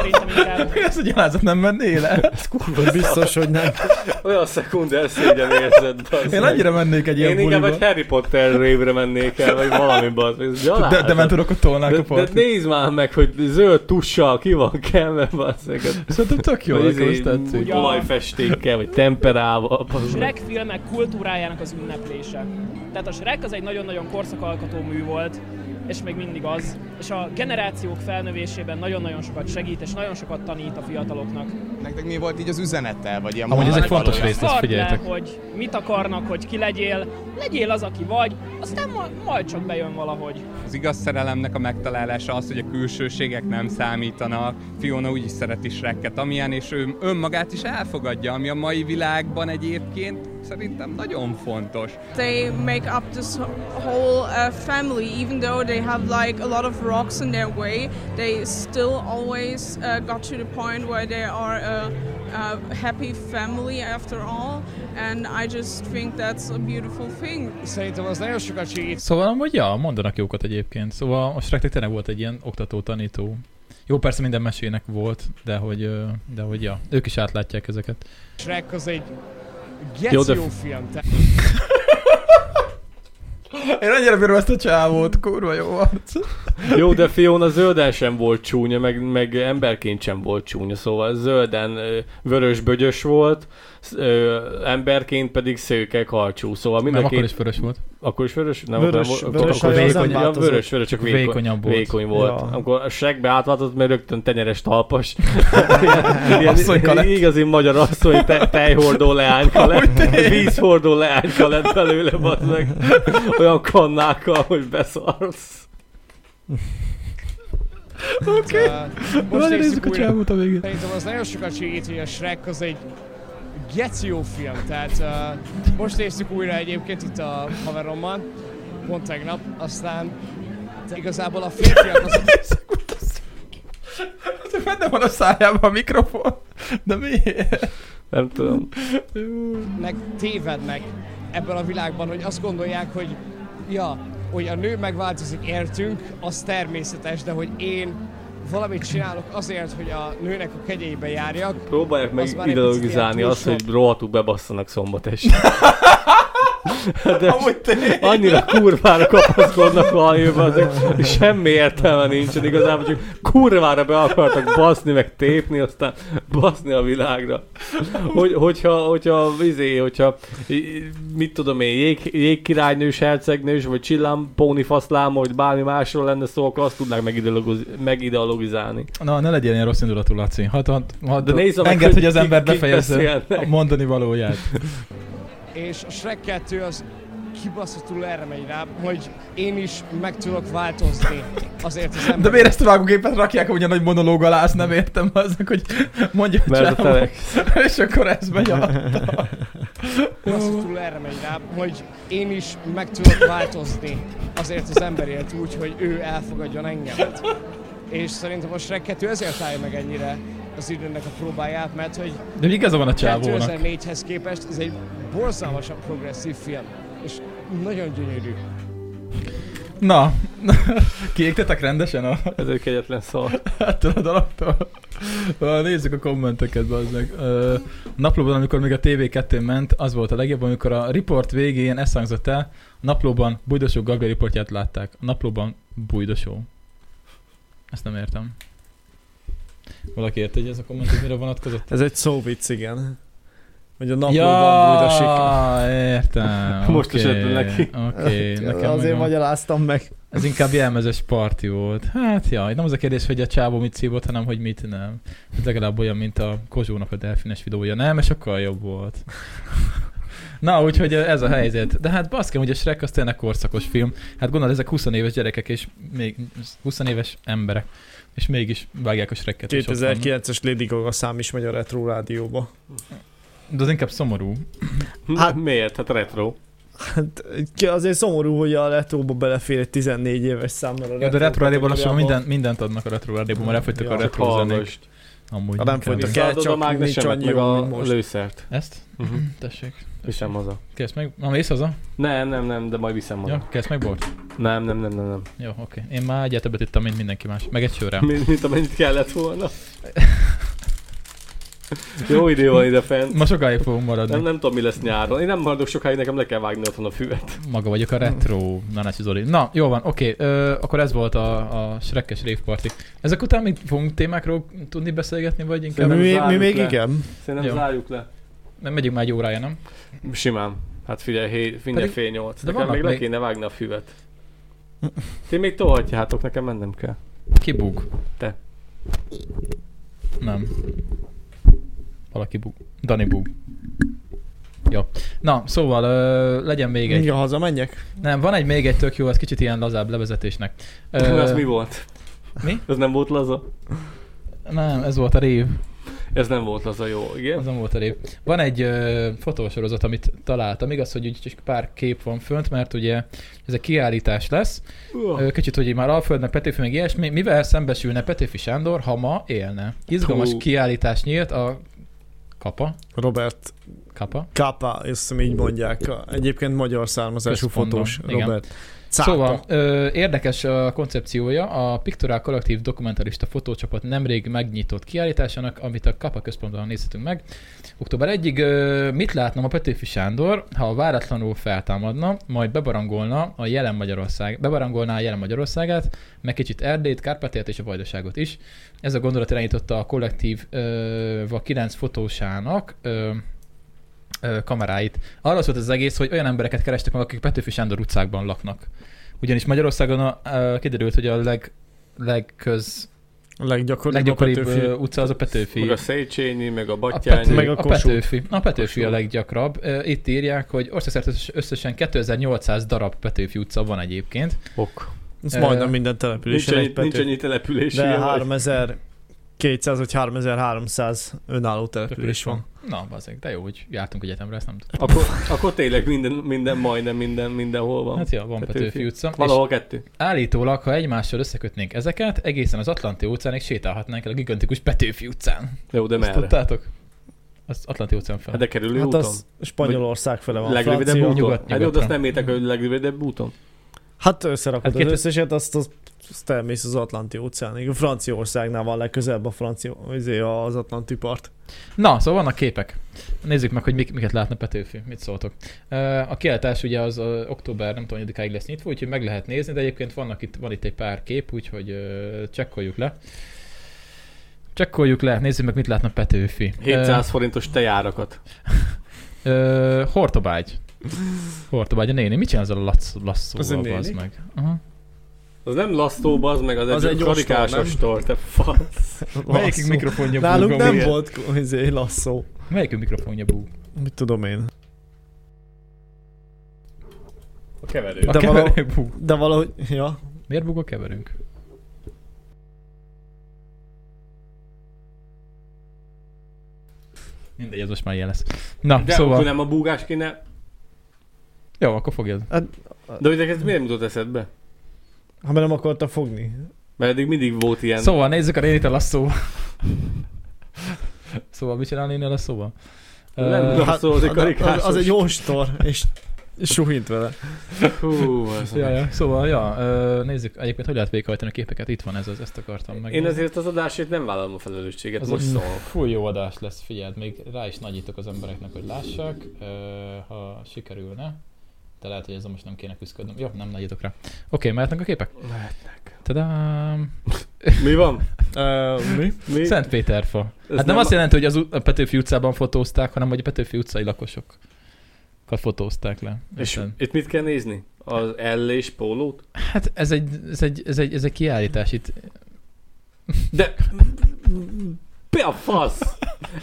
inkább...
Ezt a gyalázat nem menné le?
Ez kurva biztos, hogy nem.
Olyan szekunder szégyen érzed, bazd
Én
meg.
annyira mennék egy ilyen
Én inkább
buliba.
egy Harry Potter révre mennék el, vagy valami bazd. meg. Ez gyaláz.
De- dementorokat tolnák
De-
Hát a partit.
De nézd már meg, hogy zöld tussal ki van kelve, bazd meg.
Szerintem tök jó,
Vagy
nekem
izé
is tetszik.
úgy Olajfestékkel, vagy temperával, bazd meg.
Shrek filmek kultúrájának az ünneplése. Tehát a Shrek az egy nagyon-nagyon korszakalkotó mű volt, és még mindig az. És a generációk felnövésében nagyon-nagyon sokat segít, és nagyon sokat tanít a fiataloknak.
Nektek mi volt így az üzenete, vagy ilyen
Amúgy ez egy
morál-
fontos
valami?
rész,
Tartsd
ezt
le,
figyeljetek.
hogy mit akarnak, hogy ki legyél, legyél az, aki vagy, aztán majd, majd csak bejön valahogy.
Az igaz szerelemnek a megtalálása az, hogy a külsőségek nem számítanak. Fiona úgyis szereti Shrekket, amilyen, és ő önmagát is elfogadja, ami a mai világban egyébként szerintem nagyon fontos.
They make up this whole uh, family, even though they have like a lot of rocks in their way. They still always uh, got to the point where they are a, a happy family after all, and I just think that's a beautiful thing.
Szerintem az nagyon sokat segít.
Szóval amúgy, ja, mondanak jókat egyébként. Szóval a Shreknek tényleg volt egy ilyen oktató-tanító. Jó, persze minden mesének volt, de hogy, ö, de hogy ja, ők is átlátják ezeket.
Shrek az egy geci
Jó, de-
jó film. Te-
Én annyira bírom ezt a csávót, kurva jó arc.
Jó, de Fiona zölden sem volt csúnya, meg, meg emberként sem volt csúnya, szóval zölden ö, vörös-bögyös volt, sz- ö, emberként pedig szőke karcsú, szóval mind a
Nem, akkor
két-
is vörös volt.
Akkor is vörös? Nem,
Vörös-
akkor-
vörös
akkor-
haja, az nem
vékony, ja,
változott.
vörös, vörös, csak vékony,
Vékonyabb volt.
Vékony volt.
Ja.
Amikor a segbe átváltott, mert rögtön tenyeres talpas.
Asszonyka lett.
Igazi magyar asszony, te, tejhordó leányka lett. Vízhordó leányka lett belőle, bazd meg. Olyan kannákkal, hogy beszarsz.
Oké.
uh, Most nézzük
a csávót a végén.
Szerintem az nagyon sokat segít, hogy a Shrek az egy geci jó film. Tehát uh, most néztük újra egyébként itt a haverommal, pont tegnap, aztán de igazából a férfiak az...
Benne van a szájában a mikrofon. De miért?
Nem tudom.
meg tévednek ebben a világban, hogy azt gondolják, hogy ja, hogy a nő megváltozik, értünk, az természetes, de hogy én valamit csinálok azért, hogy a nőnek a kegyeibe járjak.
Próbálják
az
meg
már egy picit
ideologizálni
ilyen
azt,
túl
hogy rohadtul bebasszanak szombat este. De annyira kurvára kapaszkodnak valamiben, azok semmi értelme nincsen igazából, csak kurvára be akartak baszni, meg tépni, aztán baszni a világra. Hogy, hogyha, hogyha, izé, hogyha, i- mit tudom én, jég, jégkirálynős, hercegnős, vagy csillám, póni faszláma, vagy bármi másról lenne szó, akkor azt tudnák megideologoz- megideologizálni.
Na, ne legyél ilyen rossz indulatú, Laci. Hadd, hadd, hadd,
De nézd meg,
engedd,
hogy
hogy, az
kik-
ember
kik
befejezze
beszélnek.
a mondani valóját.
És a Shrek 2 az kibaszatul erre megy rá, hogy én is meg tudok változni azért az ember.
De miért ezt a vágógépet rakják, hogy a nagy monológ alá, azt nem értem aznak, hogy mondja a
Mert a
csávó.
telex.
És akkor ez megy alatta.
Kibaszatul erre megy rá, hogy én is meg tudok változni azért az emberért úgy, hogy ő elfogadjon engemet. És szerintem a Shrek 2 ezért állja meg ennyire az időnek a próbáját, mert hogy
De igaza van a csávónak.
2004-hez képest ez egy borzalmasan progresszív film, és nagyon gyönyörű.
Na, kiégtetek rendesen a...
Ez egy kegyetlen szar.
Ettől a dalaptól. Na, Nézzük a kommenteket, bazd meg. Ö, A naplóban, amikor még a TV2 ment, az volt a legjobb, amikor a riport végén ezt hangzott el, a naplóban Bújdosó Gabriel riportját látták. A naplóban Bújdosó. Ezt nem értem. Valaki érte, hogy ez a komment, hogy mire vonatkozott?
Ez egy szóvic, igen. Hogy a
Ja,
naplóban bújdosik.
értem. Most is Oké, ötlek ki. oké, nekem
Azért
megvan.
magyaráztam meg.
Ez inkább jelmezes parti volt. Hát jaj, nem az a kérdés, hogy a csávó mit szívott, hanem hogy mit nem. Ez legalább olyan, mint a Kozsónak a delfines videója. Nem, és sokkal jobb volt. Na, úgyhogy ez a helyzet. De hát baszkem, hogy a Shrek az tényleg korszakos film. Hát gondolod, ezek 20 éves gyerekek, és még 20 éves emberek. És mégis vágják a Shreket. és ott van.
2009-es Lady Gaga szám is megy a retro rádióba.
De az inkább szomorú.
Hát miért? Hát retro.
Hát ki- azért szomorú, hogy a retróba belefér egy 14 éves számmal
Ja, de retro rádióban lassan minden, mindent adnak a retro rádióban, mert elfogytak
Ja,
a
csak
retro zenék.
hallgast.
Amúgy
Ha nem
kell.
fogytak el,
Visszaadod a
csak nincs
mágnesemet, meg
annyira,
a
mint most.
lőszert.
Ezt?
Mhm.
Tessék.
Viszem haza.
Kész meg? Na, mész haza?
Nem, nem, nem, de majd viszem haza.
Ja, kész meg bort?
Nem, nem, nem, nem, nem.
Jó, oké. Én már egyet többet ittam, mint mindenki más. Meg egy sörrel.
Mint, mint amennyit kellett volna. Jó idő van ide fent.
Ma sokáig fogunk maradni.
Nem, nem tudom, mi lesz nyáron. Én nem maradok sokáig, nekem le kell vágni otthon a füvet.
Maga vagyok a retro Nanácsi Zoli. Na, jó van, oké. Ö, akkor ez volt a, a Shrekkes Rave Party. Ezek után még fogunk témákról tudni beszélgetni, vagy inkább...
Szerintem zárjuk le.
Jó.
Szerintem zárjuk le.
Nem megyünk már egy órája, nem?
Simán. Hát figyelj, hé, mindjárt
Pedig-
fél nyolc.
de
De nekem
vannak
még le
még-
kéne vágni a füvet. Ti még tolhatjátok, nekem mennem kell.
Kibúg.
Te.
Nem. Valaki bug. Dani bug. Jó. Na, szóval ö, legyen még egy.
Mindjárt hazamenjek?
Nem, van egy még egy tök jó, ez kicsit ilyen lazább levezetésnek.
Ö... Az mi volt?
Mi?
Ez nem volt laza?
Nem, ez volt a rév.
Ez nem volt laza, jó, igen?
Az nem volt a rév. Van egy ö, fotósorozat, amit találtam. Igaz, hogy úgy csak pár kép van fönt, mert ugye ez egy kiállítás lesz.
Uah.
Ö, kicsit, hogy így már Alföld, meg Petőfi, meg ilyesmi. Mivel szembesülne Petőfi Sándor, ha ma élne? Izgalmas
Hú.
kiállítás nyílt a Kapa.
Robert
Kapa.
Kápa, azt hiszem így mondják. A- Egyébként magyar származású
Központban,
fotós
igen.
Robert. Cápa.
Szóval ö, érdekes a koncepciója, a Pictorial Kollektív dokumentarista fotócsapat nemrég megnyitott kiállításának, amit a Kapa központban nézhetünk meg. Október 1-ig ö, mit látna a Petőfi Sándor, ha váratlanul feltámadna, majd bebarangolna a jelen Magyarország, bebarangolná a jelen Magyarországát, meg kicsit Erdélyt, Kárpátalját és a Vajdaságot is. Ez a gondolat irányította a kollektív ö, a 9 fotósának, ö, ö, kameráit. Arról szólt az egész, hogy olyan embereket kerestek meg, akik Petőfi Sándor utcákban laknak. Ugyanis Magyarországon a, ö, kiderült, hogy a leg, legköz,
A leggyakoribb,
leggyakoribb
a
ö,
Petőfi.
utca az a Petőfi.
Meg a Széchenyi, meg a
A,
Batyányi.
Pető,
meg
a, a Petőfi. A Petőfi a leggyakrabb. Ö, Itt írják, hogy országszerte összes- összesen 2800 darab Petőfi utca van egyébként.
Ok.
Ez majdnem minden településen
Nincs
egy
annyi-
Petőfi.
nincs annyi település
De
ilyen, vagy?
3200 vagy 3300 önálló település van.
Na, bazeg, de jó, hogy jártunk egyetemre, ezt nem tudom.
Akkor, akkor tényleg minden, minden, majdnem minden, mindenhol van.
Hát ja, van Petőfi, utca.
Valahol
És
kettő.
Állítólag, ha egymással összekötnénk ezeket, egészen az Atlanti óceánig sétálhatnánk el a gigantikus Petőfi utcán.
Jó, de
Azt
merre?
tudtátok? Az Atlanti óceán fel.
Hát de kerülő
Hát
úton.
az Spanyolország fele van.
Legrövidebb
Francia.
úton?
Nyugat-
hát jó, de azt
nyugatra.
nem értek, hogy legrövidebb úton.
Hát összerakod
Hát
hát
két-
az összeset, azt, azt, azt elmész az Atlanti óceánig. Franciaországnál van legközelebb a francia, izé, az Atlanti part.
Na, szóval vannak képek. Nézzük meg, hogy mik, miket látna Petőfi, mit szóltok. Ö, A kiállítás ugye az ö, október nem tudom, ig lesz nyitva, úgyhogy meg lehet nézni, de egyébként vannak itt, van itt egy pár kép, úgyhogy ö, csekkoljuk le. Csekkoljuk le, nézzük meg, mit látna Petőfi. Ö,
700 forintos tejárakat.
Ö, hortobágy. Hortobágy, a néni. Mit csinál ezzel a lac, lasszóval,
néni?
az meg? Aha.
Az nem lasztó, az meg az,
Az
egy,
egy
karikás
ostor, nem?
ostor, te fasz.
Melyikük mikrofonja búg
Nálunk nem
amúgy?
volt izé, lasszó.
Melyikük mikrofonja bú?
Mit tudom én.
A keverő.
A keverő bú.
de valahogy, ja.
Miért búg a keverünk? Mindegy, ez most már ilyen lesz. Na,
de
szóval...
akkor nem a búgás kéne.
Jó, akkor fogjad.
De hogy neked ez miért nem jutott eszedbe?
Ha már nem akarta fogni.
Mert eddig mindig volt ilyen.
Szóval nézzük a nénit a lasszóval. szóval mit csinál a néni a lasszóval?
Nem
Ö,
tudom, szóval az egy karikásos.
Hát, az, az egy ostor, és és suhint vele.
Hú, az
ja, ja. Szóval, ja, ö, nézzük egyébként, hogy lehet végrehajtani a képeket. Itt van ez, az, ezt akartam meg.
Én ezért az adásért nem vállalom a felelősséget,
Ez
most
egy
szól.
Full jó adás lesz, figyeld, még rá is nagyítok az embereknek, hogy lássák, ö, ha sikerülne. De lehet, hogy ezzel most nem kéne küzdködnöm. Jó, nem nagyítok rá. Oké, mehetnek a képek?
Mehetnek.
Tadám!
Mi van?
Uh, mi?
Mi?
Szent Péterfa.
Ez
hát nem,
nem
azt
a-
jelenti, hogy az ut- a Petőfi utcában fotózták, hanem hogy a Petőfi utcai lakosokat fotózták le.
És
Érted?
itt mit kell nézni? Az ellés pólót?
Hát ez egy, ez egy, ez egy, ez egy kiállítás itt.
De be a fasz!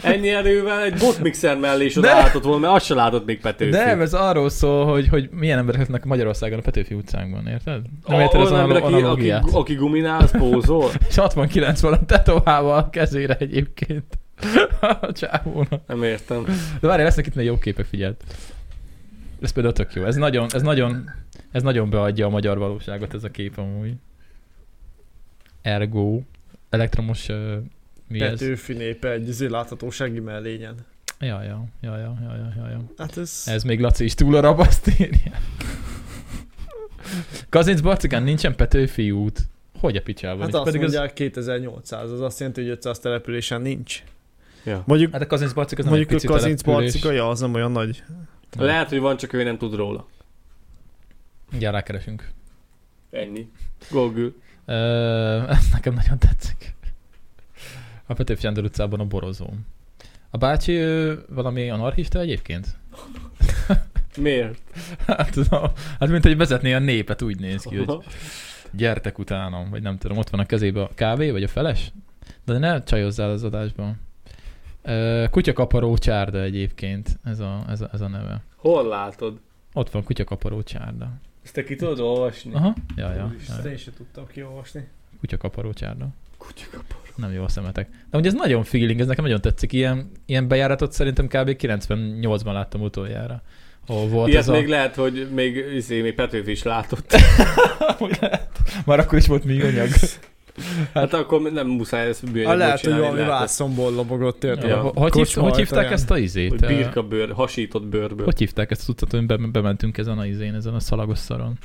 Ennyi erővel egy botmixer mellé is oda
De-
látott volna, mert azt se látott még Petőfi.
De nem, ez arról szól, hogy, hogy milyen emberek lehetnek Magyarországon a Petőfi utcánkban, érted? Nem érted az
olyan
analo-
ember, aki,
analógiát.
aki, aki guminál, az pózol.
69 van a tetovával a kezére egyébként. a csávónak.
Nem értem.
De várj, lesznek itt még jó képek, figyeld. Ez például tök jó. Ez nagyon, ez nagyon, ez nagyon beadja a magyar valóságot ez a kép amúgy. Ergo. Elektromos uh, mi ez?
Petőfi népe egy izé láthatósági mellényen.
Ja, ja, ja, ja, ja, ja, ja, ja.
Hát ez-
ez még Laci is túl a rabaszt írja. Kazinc Barcikán nincsen Petőfi út. Hogy a picsában?
Hát
nincs?
azt
Pedig az-
mondják 2800, az azt jelenti, hogy 500 településen nincs.
Ja.
Mondjuk,
hát a Kazincbarcika az nem
mondjuk
egy
a
pici
Kazinc
település.
Barcika, ja, az nem olyan nagy.
Lehet, hogy van, csak ő nem tud róla.
Mindjárt rákeresünk.
Ennyi. Google.
Ö, ez nekem nagyon tetszik. A Petőfi Sándor utcában a borozóm. A bácsi ő valami anarchista egyébként?
Miért?
Hát tudom, hát mint hogy vezetné a népet, úgy néz ki, hogy
Aha.
gyertek utánam, vagy nem tudom, ott van a kezébe a kávé, vagy a feles, de ne csajozzál az adásban. Ö, Kutyakaparó csárda egyébként, ez a, ez a, ez a neve.
Hol látod?
Ott van kutyakaparó csárda.
Ezt te ki tudod olvasni?
Aha, ja, ja. ja.
Úristen, én sem tudtam kiolvasni.
Kutyakaparó csárda. Kutyakaparó. Nem jó a szemetek. De ugye ez nagyon feeling, ez nekem nagyon tetszik. Ilyen, ilyen bejáratot szerintem kb. 98-ban láttam utoljára. Ahol volt
Ilyet
ez
még
a...
lehet, hogy még, izé, még Petőfi is látott.
Már akkor is volt műanyag.
Hát akkor nem muszáj ezt bűnjel
Ha
Hát
Hát lehet, hogy valami vászomból lobogott, érted?
Ja,
A
hogy, hív,
kocsma
hogy hívták
ajtaján.
ezt a izét?
Hogy birka bőr, hasított bőrből.
Hogy hívták ezt a cuccot, hogy be, bementünk ezen a izén, ezen a szalagos szaron?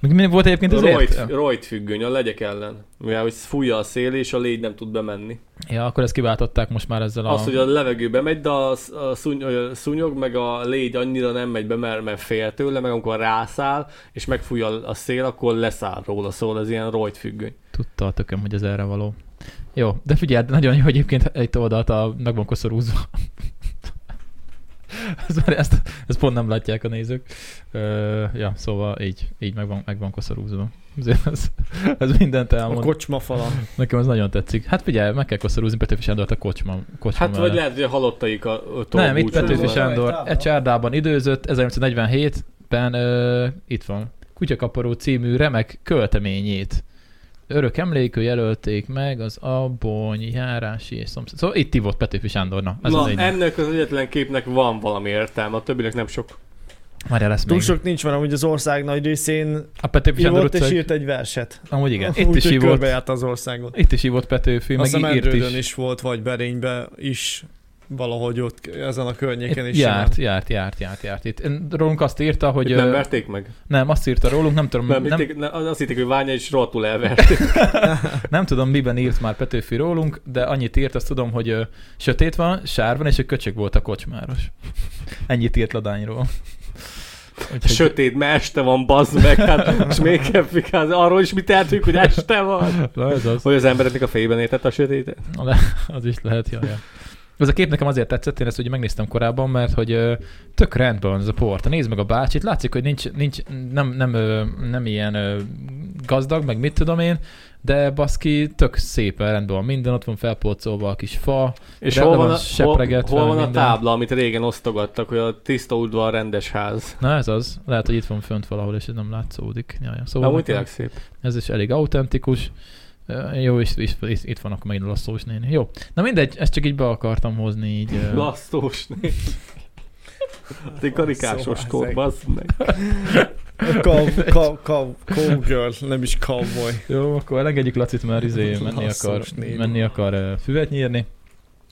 Még mi volt egyébként az
Rojt,
ért?
rojt függöny, a legyek ellen. Mivel hogy fújja a szél, és a légy nem tud bemenni.
Ja, akkor ezt kiváltották most már ezzel a...
Az, hogy a levegőbe megy, de a, sz- a, szúny, a szúnyog meg a légy annyira nem megy be, mert, mert fél tőle, meg amikor rászáll, és megfújja a szél, akkor leszáll róla, szóval ez ilyen rojt függöny.
Tudta a tököm, hogy ez erre való. Jó, de figyeld, nagyon jó egyébként egy oldalt a meg van koszorúzva. ez, már ezt, ezt pont nem látják a nézők. Ö, ja, szóval így, így meg van, meg van koszorúzva. Azért ez, ez mindent elmond.
A kocsma fala.
Nekem ez nagyon tetszik. Hát figyelj, meg kell koszorúzni Petőfi Sándort a kocsma, kocsma
Hát vagy
mellett.
lehet, hogy a halottaik a, a tól
Nem, itt
búcsúznak.
Petőfi Sándor egy csárdában időzött, 1947-ben ö, itt van. Kutyakaparó című remek költeményét. Örök emlékű jelölték meg az abony járási és szomszéd. Szóval itt ivott Petőfi Sándor. Na, ez
Na,
az egy.
ennek az egyetlen képnek van valami értelme, a többinek nem sok.
Várjál, lesz
Túl
még.
sok nincs, mert amúgy az ország nagy részén
a Petőfi
ívott
Sándor utca
és
egy-
írt egy verset.
Amúgy igen, itt
Úgy,
is
hogy
ívott.
körbejárt az országot.
Itt is ívott Petőfi,
Azt hiszem
meg írt
Endrődön
is.
is. volt, vagy Berénybe is valahogy ott ezen a környéken
Itt
is.
járt,
simán.
járt, járt, járt, járt. Itt rólunk azt írta, hogy...
Itt nem
ö,
verték meg?
Nem, azt írta rólunk, nem tudom,
Nem,
nem,
hitték- ne- Azt hitték, hogy Ványa is rohadtul elverték.
nem tudom, miben írt már Petőfi rólunk, de annyit írt, azt tudom, hogy ö, sötét van, sár van, és a köcsög volt a kocsmáros. Ennyit írt Ladányról. Úgyhogy-
Sötét, mert este van, bazd meg, hát, és még kell fikázni. Arról is mit tehetünk, hogy este van.
Na, ez az.
Hogy az embereknek a fejében értett a sötétet.
Na, de az is lehet, jaj, jaj. Ez a kép nekem azért tetszett, én ezt ugye megnéztem korábban, mert hogy ö, tök rendben van ez a porta. Nézd meg a bácsit, látszik, hogy nincs, nincs nem, nem, ö, nem ilyen ö, gazdag, meg mit tudom én, de baszki, tök szépen rendben van minden, ott van felpolcolva a kis fa,
És
rendben
hol van, a, hol,
sepregetve
hol van a
minden.
tábla, amit régen osztogattak, hogy a tiszta udvar, rendes ház.
Na ez az. Lehet, hogy itt van fönt valahol, és ez nem látszódik. Jaj, jaj.
Amúgy
nekem
tényleg szép.
Ez is elég autentikus. Ö, Jó, és, és, és itt van akkor megint a lasszós néni. Jó. Na mindegy, ezt csak így be akartam hozni. Így, ö,
Lasszós név. Hát egy karikás
Szóval
ostor,
ezek.
bazd meg.
A cow- cow- cow- Cowgirl, nem is cowboy.
Jó, akkor elengedjük Lacit, mert izé menni
Lasszós
akar,
néni.
menni akar ö, füvet nyírni.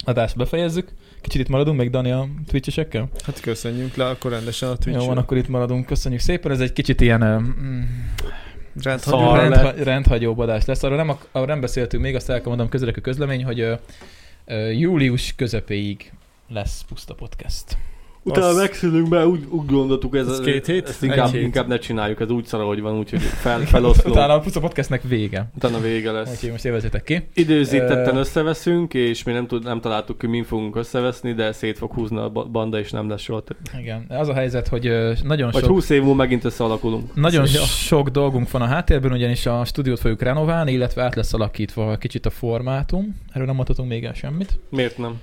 Adást befejezzük. Kicsit itt maradunk még Dani a twitchesekkel?
Hát köszönjünk le akkor rendesen a twitch
Jó, van, akkor itt maradunk. Köszönjük szépen. Ez egy kicsit ilyen ö, mm,
Rendhagyó
szar
lett.
rendha- rendhagyóbb adás lesz. Arról nem, ak- arról nem beszéltünk még, azt el kell mondanom közelek a közlemény, hogy ö, ö, július közepéig lesz puszta podcast.
Utána
Azt-
megszülünk, mert úgy, úgy gondoltuk, ez,
Ez két hét?
ezt inkább,
Egy hét.
inkább ne csináljuk, ez úgy szar, ahogy van, úgyhogy fel, feloszlom.
Utána a Puca Podcastnek vége.
Utána vége lesz.
Úgyhogy most élvezzétek ki.
Időzítetten
Ö,
összeveszünk, és mi nem, tud, nem találtuk, hogy mi fogunk összeveszni, de szét fog húzni a ba- banda, és nem lesz soha több.
Igen, az a helyzet, hogy ö, nagyon
Vagy
sok...
20 év múlva megint összealakulunk. Szóval,
Nagyon
Szia.
sok dolgunk van a háttérben, ugyanis a stúdiót fogjuk renoválni, illetve át lesz alakítva kicsit a formátum. Erről nem mondhatunk még el semmit,
Miért nem?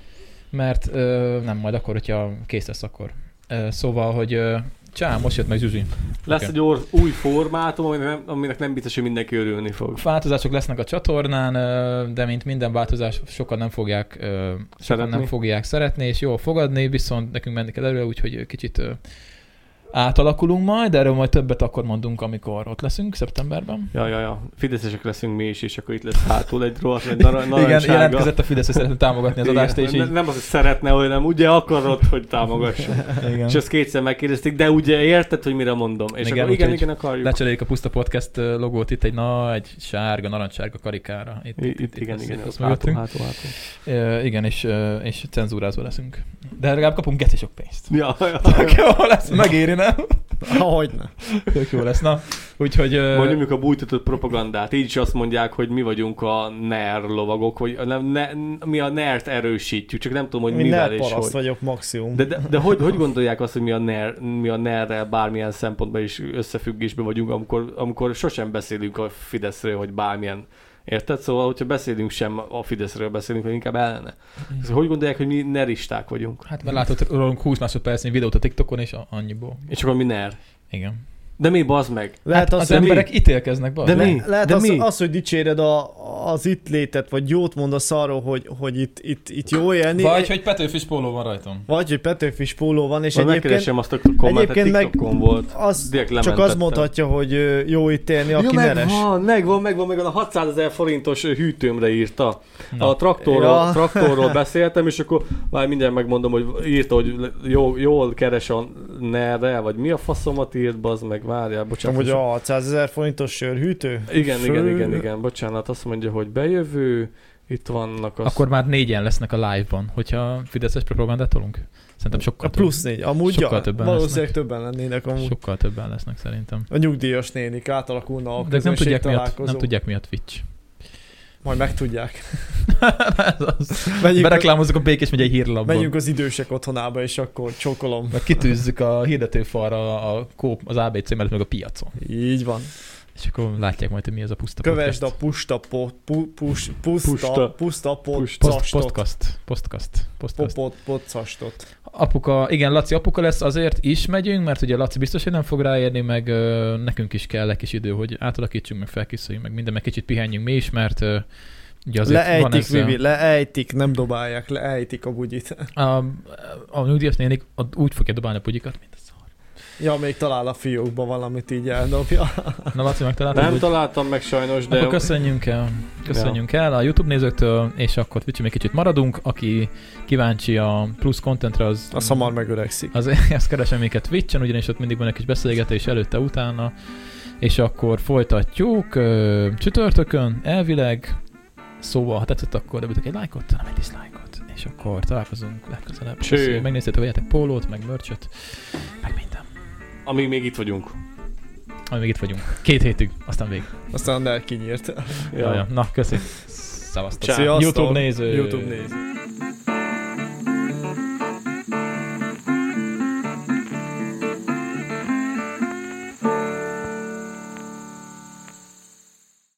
mert ö, nem, majd akkor, hogyha kész lesz akkor. Ö, szóval, hogy ö, csá, most jött meg Zsuzsi.
Lesz
Oké.
egy or- új formátum, aminek nem, aminek nem biztos, hogy mindenki örülni fog.
Változások lesznek a csatornán, ö, de mint minden változás, sokan nem fogják ö, sokan
Szeretni.
nem fogják szeretni és jól fogadni, viszont nekünk menni kell előre, úgyhogy ö, kicsit ö, átalakulunk majd, erről majd többet akkor mondunk, amikor ott leszünk szeptemberben.
Ja, ja, ja. Fideszesek leszünk mi is, és akkor itt lesz hátul egy rohadt, egy nara-
Igen,
narancssárga.
jelentkezett a Fidesz, hogy szeretne támogatni az
Igen,
adást, és
ne-
így...
Nem az, hogy szeretne, hanem ugye akarod, hogy támogasson.
Igen.
és ezt kétszer megkérdezték, de ugye érted, hogy mire mondom. És igen, akkor igen,
úgyhogy
igen, akarjuk.
Lecseréljük a Puszta Podcast ö, logót itt egy nagy sárga, narancssárga karikára. Itt,
Itt- igen,
lesz-
igen,
itt lesz
ott hát. hátul,
mögöttünk.
hátul,
Ö, igen, és, ö, és cenzúrázva leszünk. De legalább kapunk geci sok pénzt.
Ja, ja.
Tök jó lesz, megéri, nem?
Hogyne.
Tök jó lesz, na. Úgyhogy... ö,
Majd nyomjuk a bújtatott propagandát. Így is azt mondják, hogy mi vagyunk a NER lovagok, vagy nem, ne, mi a NER-t erősítjük, csak nem tudom, hogy
Én
mivel
NER
és
paraszt
hogy.
vagyok maximum.
De, de, de hogy, hogy gondolják azt, hogy mi a, NER, mi a NER-rel bármilyen szempontban is összefüggésben vagyunk, amikor, amikor sosem beszélünk a Fideszről, hogy bármilyen Érted? Szóval, hogyha beszélünk sem a Fideszről beszélünk, vagy inkább ellene. Szóval, hogy gondolják, hogy mi neristák vagyunk?
Hát mert látott rólunk 20 másodpercnyi videót a TikTokon, és a- annyiból.
És akkor mi ner?
Igen.
De mi bazd meg?
Lehet hát az, az emberek ítélkeznek, bazd
De
meg.
mi?
Lehet
De
az,
mi?
az, hogy dicséred a, az itt létet, vagy jót mondasz arról, hogy, hogy itt, itt, itt jó élni.
Vagy, hogy Petőfi póló van rajtam.
Vagy, hogy Petőfis póló van, és
Majd megkeresem
egyébként...
azt a kommentet, TikTokon volt.
Az,
Direkt
csak az
lementettem.
mondhatja, hogy ö, jó itt élni, aki neres.
megvan, megvan, megvan, megvan, a 600 ezer forintos ö, hűtőmre írta.
Na.
A traktorról,
Ja.
traktorról beszéltem, és akkor már mindjárt megmondom, hogy írta, hogy jó, jól keres a nerre, vagy mi a faszomat írt, bazd meg, várjál,
Csak
bocsánat.
hogy a 600 ezer forintos sörhűtő?
Igen, igen,
Fő-
igen, igen, bocsánat, azt mondja, hogy bejövő, itt vannak az...
Akkor már négyen lesznek a live-ban, hogyha Fideszes propagandát tolunk. Szerintem sokkal
A plusz négy. Amúgy
sokkal
ja,
többen
valószínűleg
lesznek.
többen lennének amúgy.
Sokkal többen lesznek szerintem.
A nyugdíjas nénik átalakulna a
De nem tudják, mi a,
miatt,
nem tudják mi a Twitch.
Majd megtudják.
Ez az. Bereklámozzuk a Békés megyei hírlapban.
Megyünk az idősek otthonába, és akkor csókolom.
Meg kitűzzük a hirdetőfalra a kóp, az ABC mellett meg a piacon.
Így van.
És akkor látják majd, hogy mi az a puszta
Kövesd a pusta po, pu, pus, puszta,
Pusta.
pusta, pusta pot,
podcast. Post,
castot.
podcast. Podcast.
Pot,
Podcast.
pot, podcastot.
Apuka, igen, Laci apuka lesz, azért is megyünk, mert ugye Laci biztos, hogy nem fog ráérni, meg ö, nekünk is kell egy kis idő, hogy átalakítsunk, meg felkészüljünk, meg minden, meg kicsit pihenjünk mi is, mert ö, ugye azért van
Leejtik,
ez, ö,
Vivi, leejtik, nem dobálják, leejtik a bugyit.
a, a nyugdíjas nénik a- úgy fogja dobálni a pugyikat, mint az.
Ja, még talál a fiókba valamit így eldobja.
Na Laci, megtaláltad?
Nem
úgy?
találtam meg sajnos, de...
Akkor köszönjünk el. Köszönjünk el a YouTube nézőktől, és akkor Twitch még kicsit maradunk. Aki kíváncsi a plusz contentre, az...
Az hamar megöregszik.
Az, az keresem minket Twitch-en, ugyanis ott mindig van egy kis beszélgetés előtte, utána. És akkor folytatjuk ö, csütörtökön, elvileg. Szóval, ha tetszett, akkor dobjatok egy lájkot, hanem egy diszlájkot. És akkor találkozunk legközelebb.
Cső.
Köszönjük, Megnéztétek, vegyetek pólót, meg mörcsöt.
Amíg még itt vagyunk.
Majd még itt vagyunk. Két hétig, aztán vég.
Aztán elkinyírt.
Ja. Ja, na, köszi. Szevasztok.
Sziasztok.
YouTube néző.
YouTube néző.